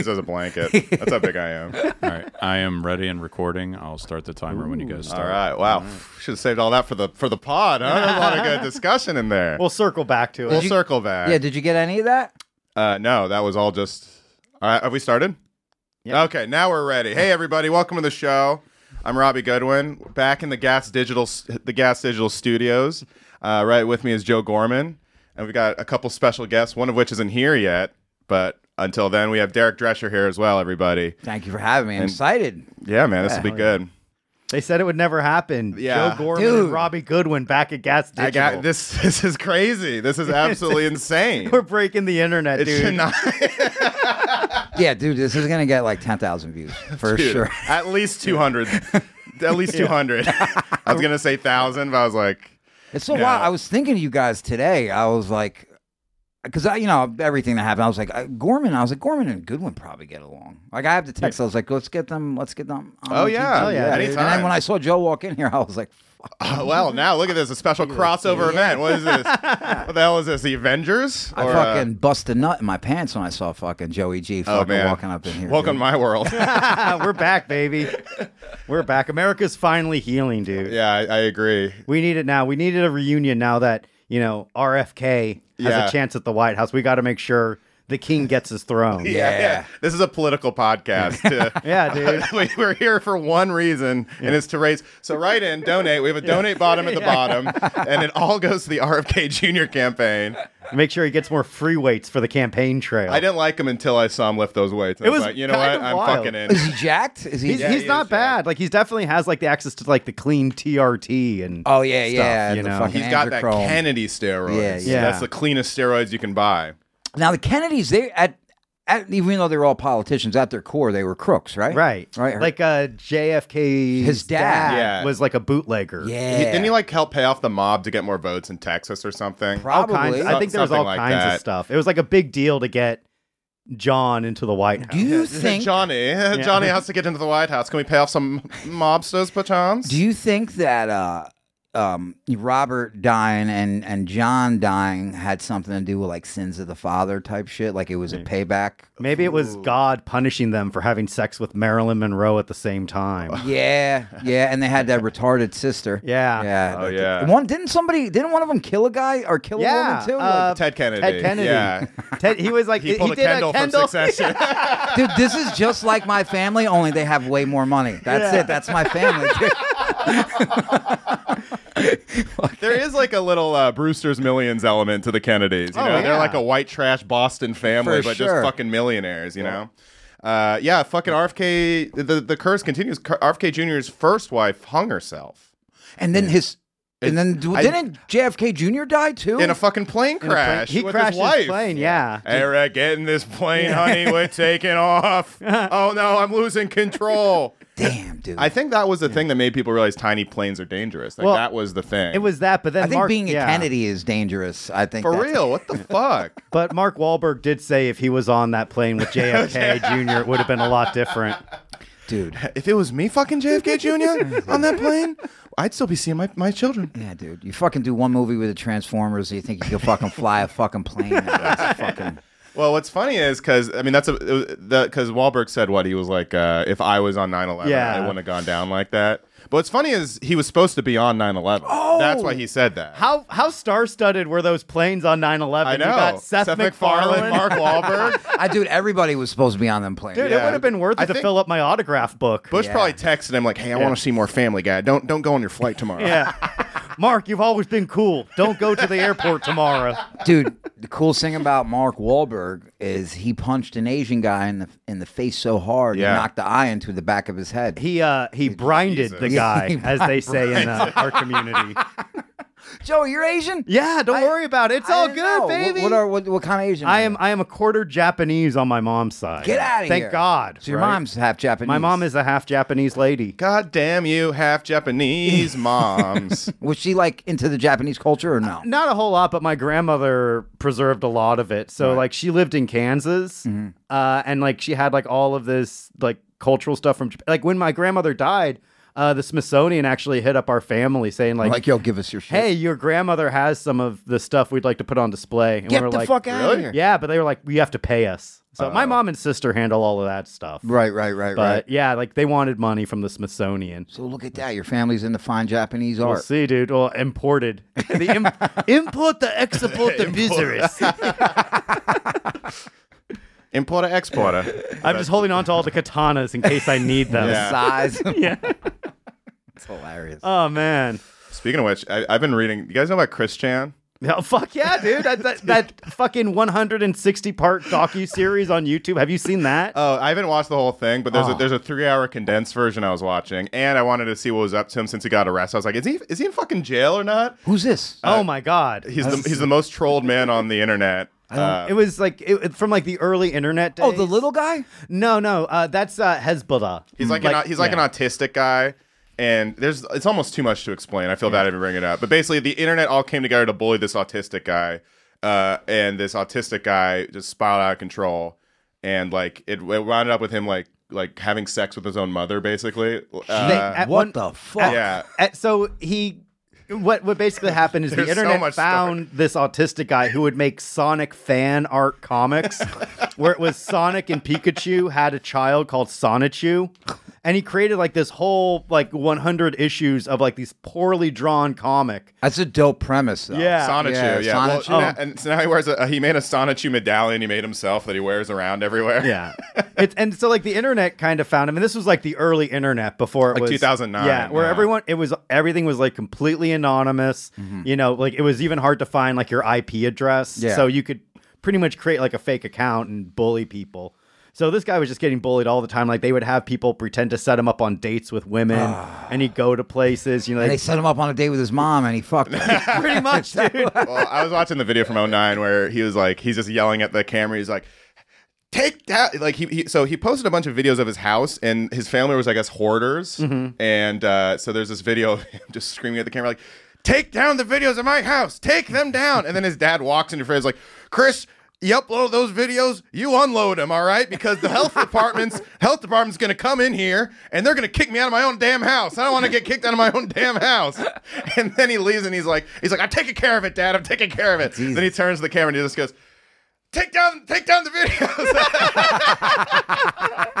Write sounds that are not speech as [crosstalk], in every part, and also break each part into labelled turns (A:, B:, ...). A: as a blanket. That's how big I am.
B: All right, I am ready and recording. I'll start the timer when you guys
A: All
B: start.
A: right. Wow. Should have saved all that for the for the pod. Huh? There's a lot of good discussion in there.
C: We'll circle back to it.
A: We'll circle back.
D: Yeah, did you get any of that?
A: Uh, no, that was all just. All right, have we started?
C: Yeah.
A: Okay, now we're ready. Hey, everybody, welcome to the show. I'm Robbie Goodwin, back in the Gas Digital, the Gas Digital Studios. Uh, right with me is Joe Gorman, and we got a couple special guests. One of which isn't here yet, but until then, we have Derek Drescher here as well. Everybody,
D: Thank you for having me. I'm
A: And-
D: excited.
A: yeah, man, this will be good.
C: they said it would never happen.
A: Yeah.
C: Joe Gorman
D: Dude.
C: and Robbie Goodwin back at Gas Digital.
A: I got this. [laughs] This is crazy. This is absolutely insane.
C: [laughs] We're breaking the internet,
A: It should
C: dude.
A: not.
D: Yeah, dude, this is gonna get like ten thousand [laughs] views for
A: Dude,
D: sure.
A: At least 200. at least 200. [laughs] I was going to say 1,000, but I was like,
D: It's so
A: Yeah.
D: wild. I was thinking of you guys today. I was like, because I, you know, everything that happened, I was like, uh, Gorman. I was like, Gorman and Goodwin probably get along. Like, I have to text. I was like, let's get them. Let's get them. on
A: Oh, yeah.
D: TV.
A: Oh, yeah.
D: dude. And
A: Anytime.
D: then when I saw Joe walk in here, I was like, fuck.
A: oh, well, now look at this. A special crossover event. What is this? What the hell is this? The Avengers?
D: I
A: Or, uh,
D: fucking bust a nut in my pants when I saw fucking Joey G.
A: oh,
D: Fucking
A: man.
D: walking up in here.
A: Welcome
D: dude.
A: to my world. yeah,
C: [laughs] We're
A: [laughs]
C: back, baby. We're back. America's finally healing, dude.
A: I, I agree.
C: We need it now. We needed a reunion now that, you know, RFK has
A: Yeah.
C: a chance at the White House. We got to make sure the king gets
A: [laughs]
C: his throne.
D: Yeah.
A: This is a political podcast. to-
C: Yeah, dude.
A: [laughs] we, we're here for one reason, and it's to raise. So write in, donate. We have a donate bottom at the bottom, and it all goes to the RFK Jr. campaign.
C: Make sure he gets more free weights for the campaign trail.
A: I didn't like him until I saw him lift those weights. And I
C: It
A: was
C: was
A: like, you know
C: kind
A: what?
C: of
A: I'm
C: wild.
A: fucking in.
D: Is he jacked? Is he?
C: He's, he's
A: he
C: not
A: is, yeah.
C: bad. Like he's definitely has like the access to like the clean TRT and
D: oh yeah, yeah.
C: you
D: the
C: know.
D: fucking
A: He's got that
D: Androchrome.
A: Kennedy steroids.
D: Yeah,
C: yeah.
A: That's the cleanest steroids you can buy.
D: Now the Kennedys, they at, at even though they were all politicians, at their core they were crooks, right?
C: right,
D: right.
C: Like uh, JFK,
D: His dad.
A: Yeah.
C: was like a bootlegger.
D: yeah,
A: He- didn't he like help pay off the mob to get more votes in Texas or something?
C: all
D: probably.
C: kinds. I think there was
A: Something
C: all
A: like
C: kinds
A: that.
C: of stuff. It was like a big deal to get John into the White House.
D: do you think?
A: Johnny, [laughs] Johnny has to get into the White House. Can we pay off some mobsters, perchance?
D: Do you think that uh, um, Robert dying and and John dying had something to do with like sins of the father type shit? Like it was a payback.
C: Maybe it was God punishing them for having sex with Marilyn Monroe at the same
D: [laughs]
C: time.
D: Yeah, yeah, and they had that retarded sister.
C: [laughs] Yeah.
D: yeah.
A: Oh, yeah.
D: One didn't somebody didn't one of them kill a guy or kill a
C: Yeah,
D: woman too?
C: uh,
A: Ted Kennedy.
C: Ted Kennedy.
A: Yeah.
C: Ted, [laughs] he was like
A: He pulled a
C: did
A: Kendall,
C: a Kendall.
A: from
C: [laughs]
A: Succession.
D: Like, dude, this is just like my family, only they have way more money. That's
C: Yeah.
D: it. That's
C: [laughs]
D: my family. [laughs] dude.
A: there is like a little uh, Brewster's Millions element to the Kennedys. You
C: Oh,
A: know, they're
C: yeah.
A: like a white trash Boston family,
D: For
A: but
D: sure.
A: just fucking millionaires. You know. Uh, yeah, fucking RFK. The, the curse continues. RFK Jr.'s first wife hung herself.
D: And then his, and then d-
A: I-
D: didn't JFK Jr. die too?
A: in a fucking plane crash.
C: He
A: with
C: crashed
A: his, wife.
C: plane. Yeah.
A: Eric, get in this plane, honey.
C: [laughs]
A: We're taking off. Oh no, I'm losing control.
D: Damn, dude.
A: I think that was the thing that made people realize tiny planes are dangerous. Like
C: Well,
A: that was the thing.
C: It was that, but then
D: I think
C: Mark,
D: being a
C: yeah.
D: Kennedy is dangerous. I think
A: for
D: that's-
A: real. What
C: [laughs]
A: the fuck?
C: But Mark Wahlberg did say if he was on that
A: [laughs]
C: plane with JFK Jr., it would have been a lot different. [laughs]
D: dude.
A: If it was me fucking JFK Jr. on that plane, I'd still be seeing my, my children.
D: Yeah, dude. You fucking do one movie with the Transformers, you think you can fucking fly a fucking plane?
C: [laughs]
D: That's fucking.
A: Well, what's funny is because I mean that's a because Wahlberg said what he was like. Uh, if I was on 9-11,
C: Yeah.
A: I wouldn't have gone down like that. But what's funny is he was supposed to be on 9-11. Oh, that's why he said that.
C: How how star studded were those planes on 9 11?
A: I know.
C: You got Seth, MacFarlane.
A: Mark Wahlberg.
D: I dude, everybody was supposed to be on them
C: [laughs]
D: planes.
C: Dude,
A: Yeah.
C: it would have been worth it
A: I
C: to
A: think-
C: fill up my autograph book.
A: Bush
D: Yeah.
A: probably texted him like, "Hey, I want to see more Family Guy. Don't don't go on your flight tomorrow."
C: [laughs] Yeah. Mark, you've always been cool. Don't go to the airport tomorrow.
D: Dude, the coolest thing about Mark Wahlberg is he punched an Asian guy in the in the face so hard
A: Yeah.
D: he knocked the eye into the back of his
C: [laughs]
D: head.
C: He uh he brinded the
A: Jesus.
C: guy, as they say in uh, our community.
D: Joey, you're Asian?
C: Yeah, don't
D: I-
C: worry about it. It's
D: I
C: all
D: didn't
C: good,
D: know. What-
C: baby.
D: What, are what, what kind of Asian?
C: I
D: are
C: am
D: you?
C: I am a quarter Japanese on my mom's side.
D: Get out of
C: Thank
D: here!
C: God.
D: So your
C: right?
D: mom's half Japanese.
C: my mom is a half Japanese lady.
A: God damn you, half
C: [laughs]
A: Japanese moms.
D: Was she like into the Japanese culture or no?
C: Not a whole lot, but my grandmother preserved a lot of it. So like she lived in Kansas,
D: Mm-hmm.
C: uh, and like she had like all of this like cultural stuff from Japan. Like when my grandmother died, uh, the Smithsonian actually hit up our family saying like,
D: Like, yo, give us your shit.
C: "Hey, your grandmother has some of the stuff we'd like to put on display." And
D: get
C: we
D: the
C: were like,
D: fuck out
A: really?
D: of here. Oh.
C: "Yeah," but they were like, "You have to pay us." So my mom and sister handle all of that stuff.
D: Right, right, right,
C: But
D: right.
C: yeah, like they wanted money from the Smithsonian.
D: So look at that. Your family's into fine Japanese
C: We'll
D: art.
C: see, dude. Well,
D: [laughs]
C: imported. The im- import the export the business.
A: Importer, exporter.
C: [laughs] I'm just holding on to all the katanas in case I need them.
A: Yeah.
D: Size. [laughs]
C: [laughs] Yeah.
D: it's hilarious.
C: Oh man.
A: Speaking of which, I, I've been reading. You guys know about Chris Chan?
C: No, fuck yeah, dude. That, that, that fucking 160 part docu series on YouTube. Have you seen that?
A: Oh, I haven't watched the whole thing, but there's
C: Oh.
A: a there's a three hour condensed version I was watching, and I wanted to see what was up to him since he got arrested. I was like, is he is he in fucking jail or not?
D: Who's this?
C: oh my god.
A: He's the he's the most trolled man on the internet. Uh,
C: it was like it, it- from like the early internet days.
D: Oh, the little guy?
C: No, no, uh, that's uh, Hezbollah.
A: he's like, an, he's like
C: yeah.
A: an autistic guy. And there's it's almost too much to explain. I feel bad if I bring it up, but basically the internet all came together to bully this autistic guy, uh, and this autistic guy just spiraled out of control, and like it, it wound up with him like like having sex with his own mother, basically. Uh,
C: They- at
D: what
C: one-
D: the fuck?
A: yeah,
C: Uh, so he what what basically happened is
A: [laughs]
C: the
A: There's so
C: internet
A: much
C: found this autistic guy who would make Sonic fan
A: [laughs]
C: art comics where it was Sonic and Pikachu had a child called Sonichu and he created like this whole like 100 issues of like these poorly drawn comic.
D: That's a dope premise, though.
C: Yeah.
A: Sonichu,
D: Yeah,
A: yeah. Well,
D: Sonichu.
A: now- and so now he wears a uh, he made a Sonichu medallion he made himself that he wears around everywhere.
C: Yeah. It's and so like the internet kind of found him and this was like the early internet before it
A: Like
C: was
A: 2009,
C: Yeah, where
A: yeah.
C: everyone it was everything was like completely anonymous.
A: Mm-hmm.
C: You know, like it was even hard to find like your IP address.
D: Yeah.
C: So you could pretty much create like a fake account and bully people. So this guy was just getting bullied all the time. Like they would have people pretend to set him up on dates with women
A: Ah.
C: and he'd go to places, you know,
D: And
C: like,
D: they set him up on a date with his mom and he fucked
A: [laughs]
D: her.
C: pretty much, dude.
A: [laughs] Well, I was watching the video from 09 where he was like, he's just yelling at the camera. He's like, take that. Like, he, he so he posted a bunch of videos of his house, and his family was, I guess, hoarders. And uh, so there's this video of him [laughs] just screaming at the camera, like, take down the videos of my house, take them down. And then his dad walks into frame, like, Chris. You upload those videos, you unload them, all right? Because the health department's health department's gonna come in here and they're gonna kick me out of my own damn house. I don't want to get kicked out of my own damn house. And then he leaves and he's like, he's like, I'm taking care of it, Dad. I'm taking care of it. Then he turns to the camera and he just goes, take down, take down the videos.
C: [laughs]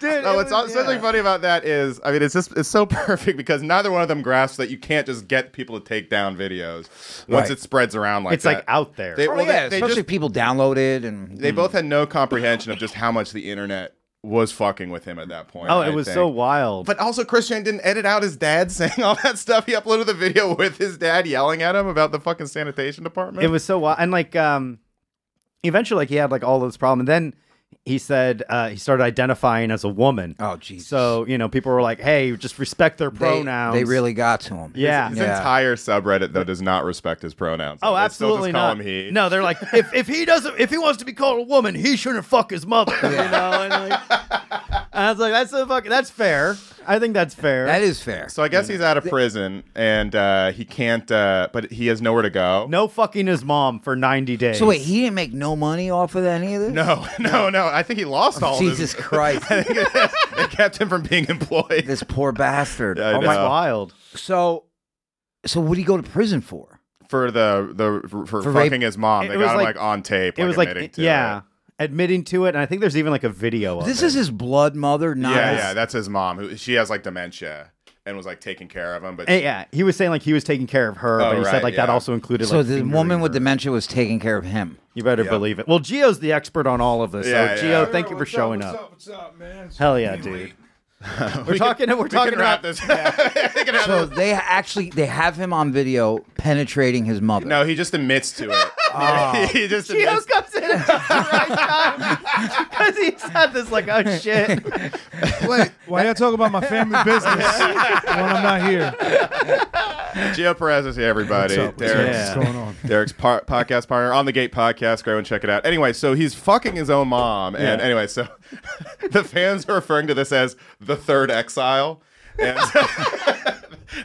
C: Dude,
A: No,
C: it
A: what's
C: was-
A: especially funny about that is, I mean, it's just it's so [laughs] perfect because neither one of them grasps that you can't just get people to take down videos once
D: Right.
A: it spreads around like
C: It's
A: that.
C: like out there.
A: They,
D: Oh,
A: well, they,
D: yeah,
A: they
D: especially
A: just
D: people downloaded and
C: Hmm.
A: they both had no comprehension of just how much the internet was fucking with him at that point.
C: oh,
A: I
C: it was
A: think.
C: so wild.
A: But also, Christian didn't edit out his dad [laughs] saying all that stuff. He uploaded the video with his dad yelling at him about the fucking sanitation department.
C: it was so wild. And like, um, eventually, like he had like all this problem, and then he said uh, he started identifying as a woman.
D: Oh, Jesus.
C: So you know, people were like, "Hey, just respect their
D: they,
C: pronouns."
D: they really got to him.
C: yeah.
A: his
D: Yeah.
A: entire subreddit though does not respect his pronouns. They
C: Oh,
A: still
C: absolutely
A: just call
C: not.
A: Him he.
C: No, they're like, if, if he doesn't, if he wants to be called a woman, he shouldn't fuck his mother. You know, and like, I was like, that's a fuck, that's fair. I think that's fair.
D: That is fair.
A: So I guess he's out of prison and uh, he can't, uh, but he has nowhere to go.
C: no fucking his mom for ninety days.
D: So wait, he didn't make no money off of any of this?
A: No, [laughs] no, no. I think he lost all
D: Jesus
A: [laughs] of his.
D: Christ.
A: it kept him from being employed.
D: this poor bastard.
A: Yeah, I
C: oh
A: know.
C: my wild.
D: So, so what do you go to prison for?
A: For the, the for,
D: rape.
A: fucking his mom.
C: It-
A: They
C: it
A: got
C: was
A: him
C: like-
A: like on tape.
C: It was
A: admitting
C: like,
A: to
C: yeah,
A: it.
C: admitting to it, and I think there's even like a video of
D: This
C: it.
D: is his blood mother, not
A: Yeah,
D: his-
A: yeah. That's his mom. Who She has like dementia and was like taking care of him. But
C: Eh, yeah, he was saying like he was taking care of her,
A: Oh,
C: but he said
A: right,
C: like that
A: yeah.
C: also included.
D: So
C: like,
D: the
C: fingering
D: woman with
C: her.
D: dementia was taking care of him.
C: you better believe it. Well, Gio's the expert on all of this.
A: Yeah,
C: so
A: yeah.
C: Gio, thank you for showing up.
E: What's up, man?
C: Hell
A: [laughs]
C: yeah, dude. we're talking. we're
A: we
C: talking
A: can wrap
C: about [laughs]
A: this. [laughs]
D: So they actually they have him on video penetrating his mother.
A: no, he just admits to it.
C: Oh.
A: [laughs] he just
C: Gio
A: admits.
C: comes [laughs] in at just the right time because he said this like, oh shit.
E: Why y'all talk about my family business when I'm not here?
A: Gio Perez is here, everybody.
E: What's up? What's,
A: Derek's-
C: Yeah.
E: up? What's going on?
A: [laughs] Derek's par- podcast partner on the Gate podcast. Go and check it out. Anyway, so he's fucking his own mom, and
E: Yeah.
A: anyway, so [laughs] [laughs] the fans are referring to this as the third exile. And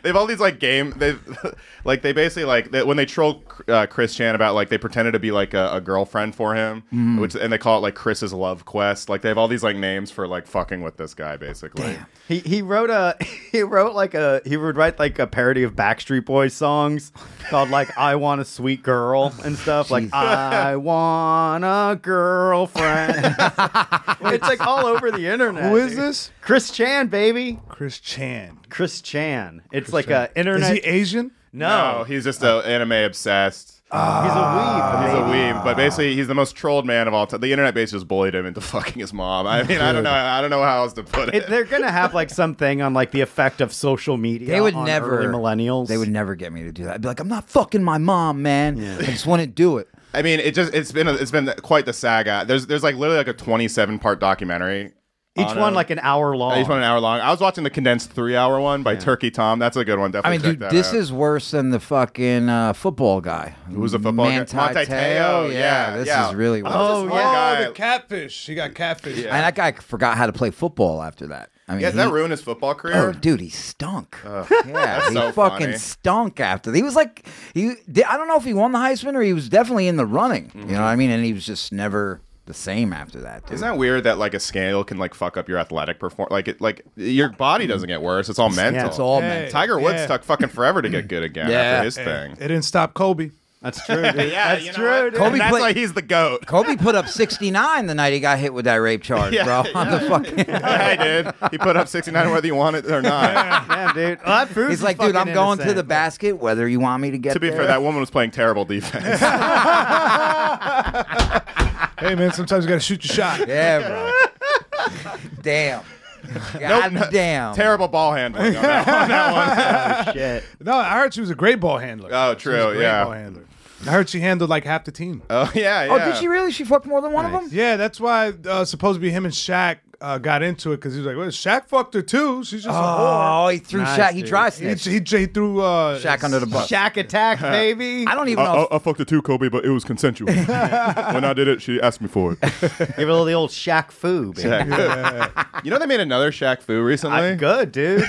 A: They've all these like game. They [laughs] like they basically like they, when they troll uh, Chris Chan about like they pretended to be like a, a girlfriend for him,
E: Mm.
A: which and they call it like Chris's love quest. Like they have all these like names for like fucking with this guy basically.
C: He he wrote a [laughs] he wrote like a he would write like a parody of Backstreet Boys songs called like I Want a Sweet Girl and stuff like
D: Jesus.
C: I want a girlfriend. it's like all over the internet.
E: Who is
C: dude.
E: this?
C: Chris Chan, baby.
E: Chris Chan.
C: Chris Chan. It's like a
E: Is
C: internet.
E: he Asian?
A: No,
C: no,
A: he's just a anime obsessed.
C: he's a weeb.
A: Ah. He's a
C: baby.
A: weeb, but basically he's the most trolled man of all time. The internet basically just bullied him into [laughs] fucking his mom. I mean, I don't know. I don't know how else to put
C: It,
A: it.
C: they're gonna have like something on like the effect of social media.
D: [laughs] They would
C: on
D: never
C: early millennials.
D: They would never get me to do that. I'd be like, I'm not fucking my mom, man. I just wouldn't do it.
A: I mean, it just it's been a, it's been quite the saga. There's there's like literally like a 27 part documentary.
C: each
A: on
C: one
A: him.
C: like an hour long.
A: Each one an hour long. I was watching the condensed three hour one by Turkey Tom. That's a good one.
D: I
A: Definitely.
D: mean, dude,
A: check that
D: this
A: out.
D: is worse than the fucking uh, football guy.
A: Who was the football guy?
D: Manti
A: Monte Teo,
D: Teo.
A: yeah,
D: this
A: yeah.
D: is really worse.
A: Oh,
E: Oh,
A: One guy-
E: the catfish. He got catfish.
A: Yeah.
D: And that guy forgot how to play football after that. I mean,
A: Yeah, did that
D: he-
A: ruined his football
D: Oh,
A: career.
D: dude, he stunk.
A: [laughs] that's
D: yeah, he
A: so
D: fucking
A: funny.
D: stunk after. He was like, he. Did, I don't know if he won the Heisman or he was definitely in the running. You know what I mean? And he was just never the same after that. Dude.
A: Isn't Mm-hmm. that weird that like a scandal can like fuck up your athletic performance? Like it, like your body doesn't get worse. Mm-hmm. It's all mental.
D: it's all
E: Hey.
D: mental.
A: Tiger Woods
E: Yeah.
A: took fucking forever to get good again
D: Yeah.
A: after his
E: Hey, It
A: thing.
E: didn't stop Kobe.
C: That's
A: [laughs]
C: true. Dude. That's
A: you know
C: true.
A: what?
C: Dude.
D: Kobe
A: That's
D: played-
A: why he's the goat.
D: Kobe put up 69 the night he got hit with
A: [laughs]
D: that rape charge,
A: Yeah,
D: bro. On [laughs] the
A: [laughs]
D: fucking,
A: [laughs] yeah, he did. He put up 69 whether you want it or not.
C: Damn, dude. Well, that proves
D: he's like, dude, I'm
C: fucking
D: going to
C: innocent.
D: the basket whether you want me to get
A: to be
D: there.
A: fair, that woman was playing terrible defense.
E: Hey, man, sometimes you got to shoot your
D: [laughs]
E: shot.
D: Yeah, bro.
A: [laughs]
D: damn. God
A: no, [laughs]
D: damn.
A: terrible ball handling. On that [laughs] one.
C: Shit.
E: No, I heard she was a great ball handler.
A: Oh,
E: She was a
A: true,
E: great
A: yeah.
E: ball handler. I heard she handled like half the team.
A: Oh yeah, yeah.
D: Oh, did she really? She fucked more than one of them?
E: Yeah, that's why uh, supposed to be him and Shaq uh, got into it because he was like, well, Shaq fucked her too. She's just a whore.
D: Oh, he threw
C: Nice,
D: Shaq. He
C: dude.
D: tried
E: He,
D: snitch.
E: he, he threw uh,
D: Shaq under the bus.
C: Shack [laughs] attack, baby.
D: I don't even know. if-
A: I Uh, fucked her too, Kobe, but it was [laughs] consensual. when I did it, she asked me for [laughs] it.
C: Give it all the old Shaq foo, baby.
A: you know they made another Shaq Fu recently.
C: I'm good, dude.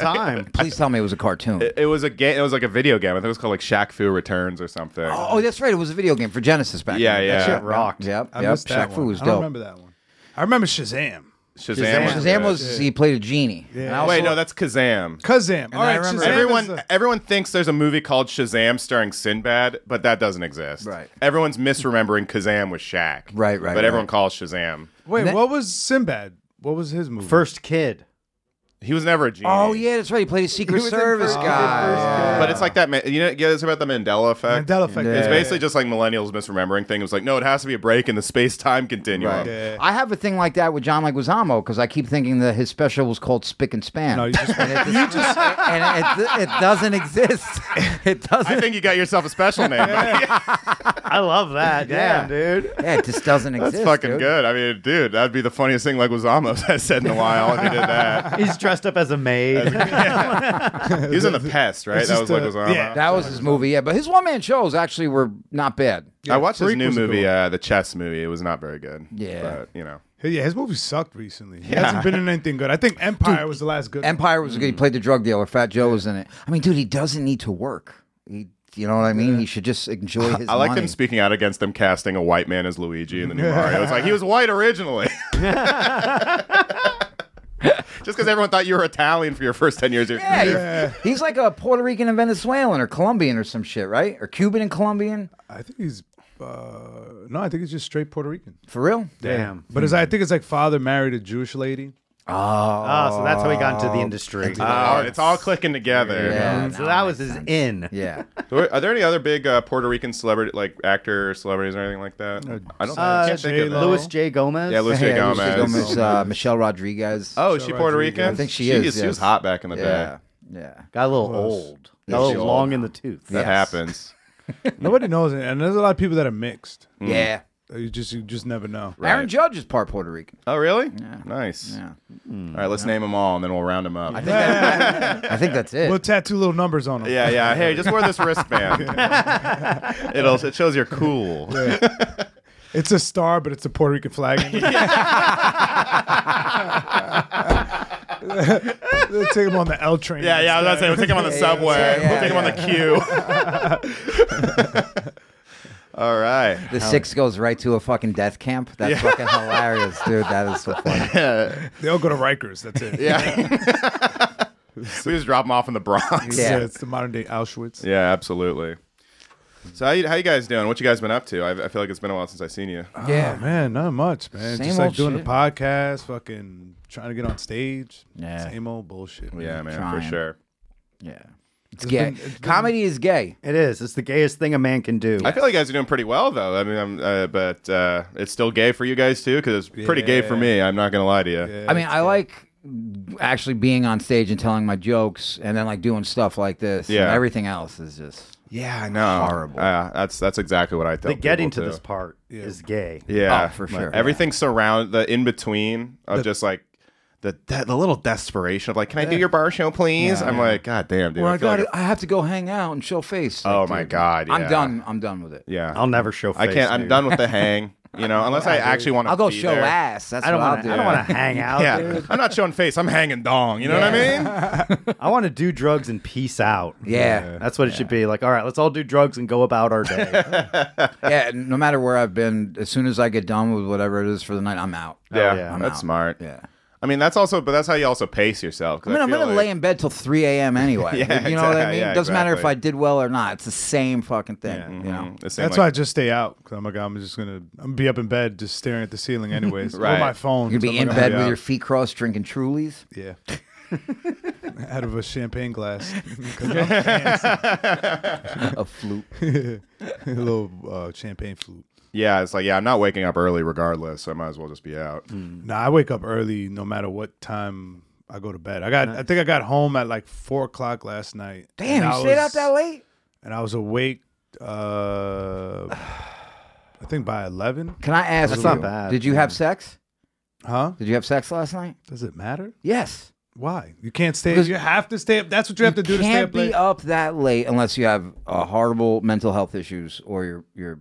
A: [laughs]
C: time.
D: Please tell me it was a cartoon.
A: It- It was a game. It was like a video game. I think it was called like Shaq Fu Returns or something.
D: Oh, that's right. It was a video game for Genesis back.
A: Yeah,
D: then.
A: yeah.
D: That
A: Shit
C: rocked.
D: Yep,
E: I
D: yep.
E: missed that
D: Shaq
E: one.
D: Fu was
E: I don't
D: dope.
E: remember that one. I remember Shazam.
A: Shazam!
C: Shazam.
A: was
D: Shazam
A: good.
D: was he played a genie. And I also-
A: Wait, no, that's Kazam.
E: Kazam. All
D: I
E: right,
D: remember-
E: Shazam
A: Everyone,
E: is a-
A: everyone thinks there's a movie called Shazam starring Sinbad, but that doesn't exist.
D: Right.
A: Everyone's misremembering Kazam was Shaq.
D: Right, right,
A: But everyone
D: right.
A: calls Shazam.
E: Wait,
D: That-
E: what was Sinbad? What was his movie?
C: First kid.
A: He was never a genie.
D: Oh yeah, that's right. He played a Secret Service guy.
A: But it's like that. Ma- you know, you know, it's about the Mandela effect.
E: Mandela Effect.
A: It's basically just like millennials misremembering thing. It was like, no, it has to be a break in the space time continuum.
D: Right.
E: Yeah.
D: I have a thing like that with John Leguizamo because I keep thinking that his special was called Spick and Span.
E: No, you Oh, just-
D: [laughs] and it, [laughs] and it, it doesn't exist. [laughs]
A: [laughs]
D: It
A: I
D: doesn't.
A: think you got yourself a special name. buddy.
C: I love that.
D: Yeah.
C: Damn, dude.
D: yeah, it just doesn't exist.
A: That's fucking
D: dude.
A: good. I mean, dude, that'd be the funniest thing like Leguizamo [laughs] has said in a while if he did
C: [laughs]
A: that.
C: He's dressed up as a [laughs] maid.
A: He was in The Pest, right?
E: It's
A: That was
E: just a-
A: Leguizamo.
E: yeah.
D: That was his movie, yeah. But his one man shows actually were not bad.
A: I watched his
E: Freak
A: new
E: was a good
A: movie,
E: one.
A: uh, the chess movie. It was not very good.
D: Yeah.
A: But, you know.
E: Yeah, his movie sucked recently. He hasn't been in anything good. I think Empire was the last good.
D: Empire was good. He played the drug dealer. Fat Joe was in it. I mean, dude, he doesn't need to work. He, you know what I mean? He should just enjoy his.
A: I liked
D: money.
A: him speaking out against them casting a white man as Luigi in the
D: [laughs]
A: new Mario. It's like he was white originally. [laughs] Just because everyone thought you were Italian for your first 10 years.
D: Yeah, he- he's like a Puerto Rican and Venezuelan or Colombian or some shit, right? Or Cuban and Colombian.
E: I think he's. Uh, no, I think he's just straight Puerto Rican.
D: For real?
A: Hmm.
C: Damn.
E: But it's, I think it's like father married a Jewish lady.
C: Oh, so that's how he got into the industry. Ah,
A: Oh, it's all clicking together.
D: Yeah.
C: so that was his in.
D: Yeah.
A: So Are there any other big uh, Puerto Rican celebrity, like actor or celebrities or anything like that?
D: Uh,
A: I don't I can't think of
E: J-Lo.
A: it.
C: Louis J. Gomez.
A: Yeah, Luis J.
D: Yeah, Lucy
A: Gomez.
D: Gomez, uh, Michelle Rodriguez.
A: Oh, is she Puerto
E: Rodriguez.
A: Rican?
D: I think she
A: She,
D: is,
A: she was
D: yes.
A: hot back in the
D: yeah.
A: day.
D: Yeah.
C: Got a little old. Got a
A: she's
C: little
A: old
C: long
A: now.
C: in the tooth.
A: That
D: Yes.
A: happens.
E: Nobody knows it, and there's a lot of people that are mixed. Uh,
D: Yeah.
E: You just you just never know.
D: Aaron Judge is part Puerto Rican.
A: Oh, really? Nice.
D: Yeah.
A: All right, let's name them all, and then we'll round them up.
D: I think that's it.
E: We'll tattoo little numbers on them.
A: Yeah, yeah. Hey, just wear this wristband. It'll it shows you're cool.
E: It's
A: [laughs]
E: a [laughs] star, but it's a Puerto Rican flag. They'll take him on the L train.
A: Yeah, yeah. I was about to say we'll take him on the
D: Yeah, yeah,
A: subway.
D: yeah,
A: we'll take
D: yeah.
A: him on the queue. [laughs] All right. [laughs]
D: The six goes right to a fucking death camp. That's fucking hilarious, dude. That is so funny.
E: They all go to Rikers. That's it.
A: Yeah. [laughs] we just drop him off in the Bronx.
D: Yeah.
E: it's the modern day Auschwitz.
A: Yeah, absolutely. So how you, how you guys doing? What you guys been up to? I, I feel like it's been a while since I seen you.
E: Oh, man, not much, man.
D: Same
E: Just like
D: old
E: doing
D: shit.
E: the podcast, fucking trying to get on stage.
D: Yeah.
E: Same old bullshit. Man.
A: Yeah, man, for
D: Trying.
A: sure.
D: Yeah. It's gay.
E: been- it's been-
D: Comedy is gay.
C: It is. It's the gayest thing a man can do.
A: I feel like you guys are doing pretty well though. I mean, I'm, uh, but uh, it's still gay for you guys too because it's pretty gay for me. I'm not gonna lie to you.
E: Yeah,
D: I mean, I like actually being on stage and telling my jokes and then like doing stuff like this. and
A: Yeah.
D: everything else is just
A: Yeah, I know.
D: Horrible.
A: Uh, that's that's exactly what I
C: the
A: think.
C: getting to this part is gay.
A: Yeah,
D: Oh, for
A: like,
D: sure.
A: Everything surround the in between of just like the, the the little desperation of like, can I do your bar show, please? I'm like, God damn, dude.
D: Well, I
A: feel like
D: got. I have to go hang out and show face.
A: Oh
D: Like,
A: my
D: dude,
A: God, yeah.
D: I'm done. I'm done with it.
A: yeah,
C: I'll never show face.
A: I can't. I'm
C: dude.
A: done with the hang. You
D: [laughs]
A: know, unless I actually want to.
D: I'll go
A: be
D: show
A: there.
D: ass. That's
C: I don't
D: what
C: want
D: I'll do.
C: to. I don't want
A: [laughs]
C: to hang out.
A: Yeah,
C: dude.
A: I'm not showing face. I'm hanging dong. You know
D: [laughs]
A: what I mean?
C: I want to do drugs and peace out.
D: Yeah.
C: That's what it should be. Like, all right, let's all do drugs and go about our
D: [laughs]
C: day.
D: [laughs] yeah. No matter where I've been, as soon as I get done with whatever it is for the night, I'm out.
A: Yeah,
C: yeah.
A: that's
D: out.
A: smart.
D: Yeah.
A: I mean, that's also, but that's how you also pace yourself. 'cause
D: I mean, I'm
A: feel
D: gonna
A: like-
D: lay in bed till 3 a.m. anyway.
A: [laughs] Yeah,
D: you know what I
A: exact-
D: mean?
A: yeah,
D: Doesn't matter if
A: exactly. Mm-hmm.
D: I did well or not. It's the same fucking thing. You know.
A: mm, the same,
E: That's why I
A: like-
E: just stay out because I'm like I'm just gonna I'm gonna be up in bed just staring at the
D: [laughs]
E: ceiling anyways.
A: Right.
E: Or my phone.
D: You're
E: So
D: gonna be
E: I'm
D: in
E: like,
D: bed
E: I'm
D: with your feet crossed, drinking Trulies.
E: out. yeah. [laughs] Out of a champagne glass, [laughs]
D: [laughs]
A: [laughs]
D: a flute.
E: a little uh, champagne flute.
A: Yeah, it's like yeah, I'm not waking up early regardless, so I might as well just be out.
E: No, I wake up early no matter what time I go to bed. I got I think I got home at like four o'clock last night.
D: Damn,
E: And
D: you
E: I
D: stayed out
E: was-
D: that late?
E: And I was awake. Uh, I think by eleven.
D: Can I ask
C: That's
D: you?
C: not bad,
D: Did you have sex?
E: Huh?
D: Did you have sex last night?
E: Does it matter?
D: Yes.
E: Why? You can't stay.
D: Because-
E: You have to stay up. That's what you have to do to stay
D: Can't
E: up
D: be
E: late.
D: up that late unless you have uh, horrible mental health issues or you're you're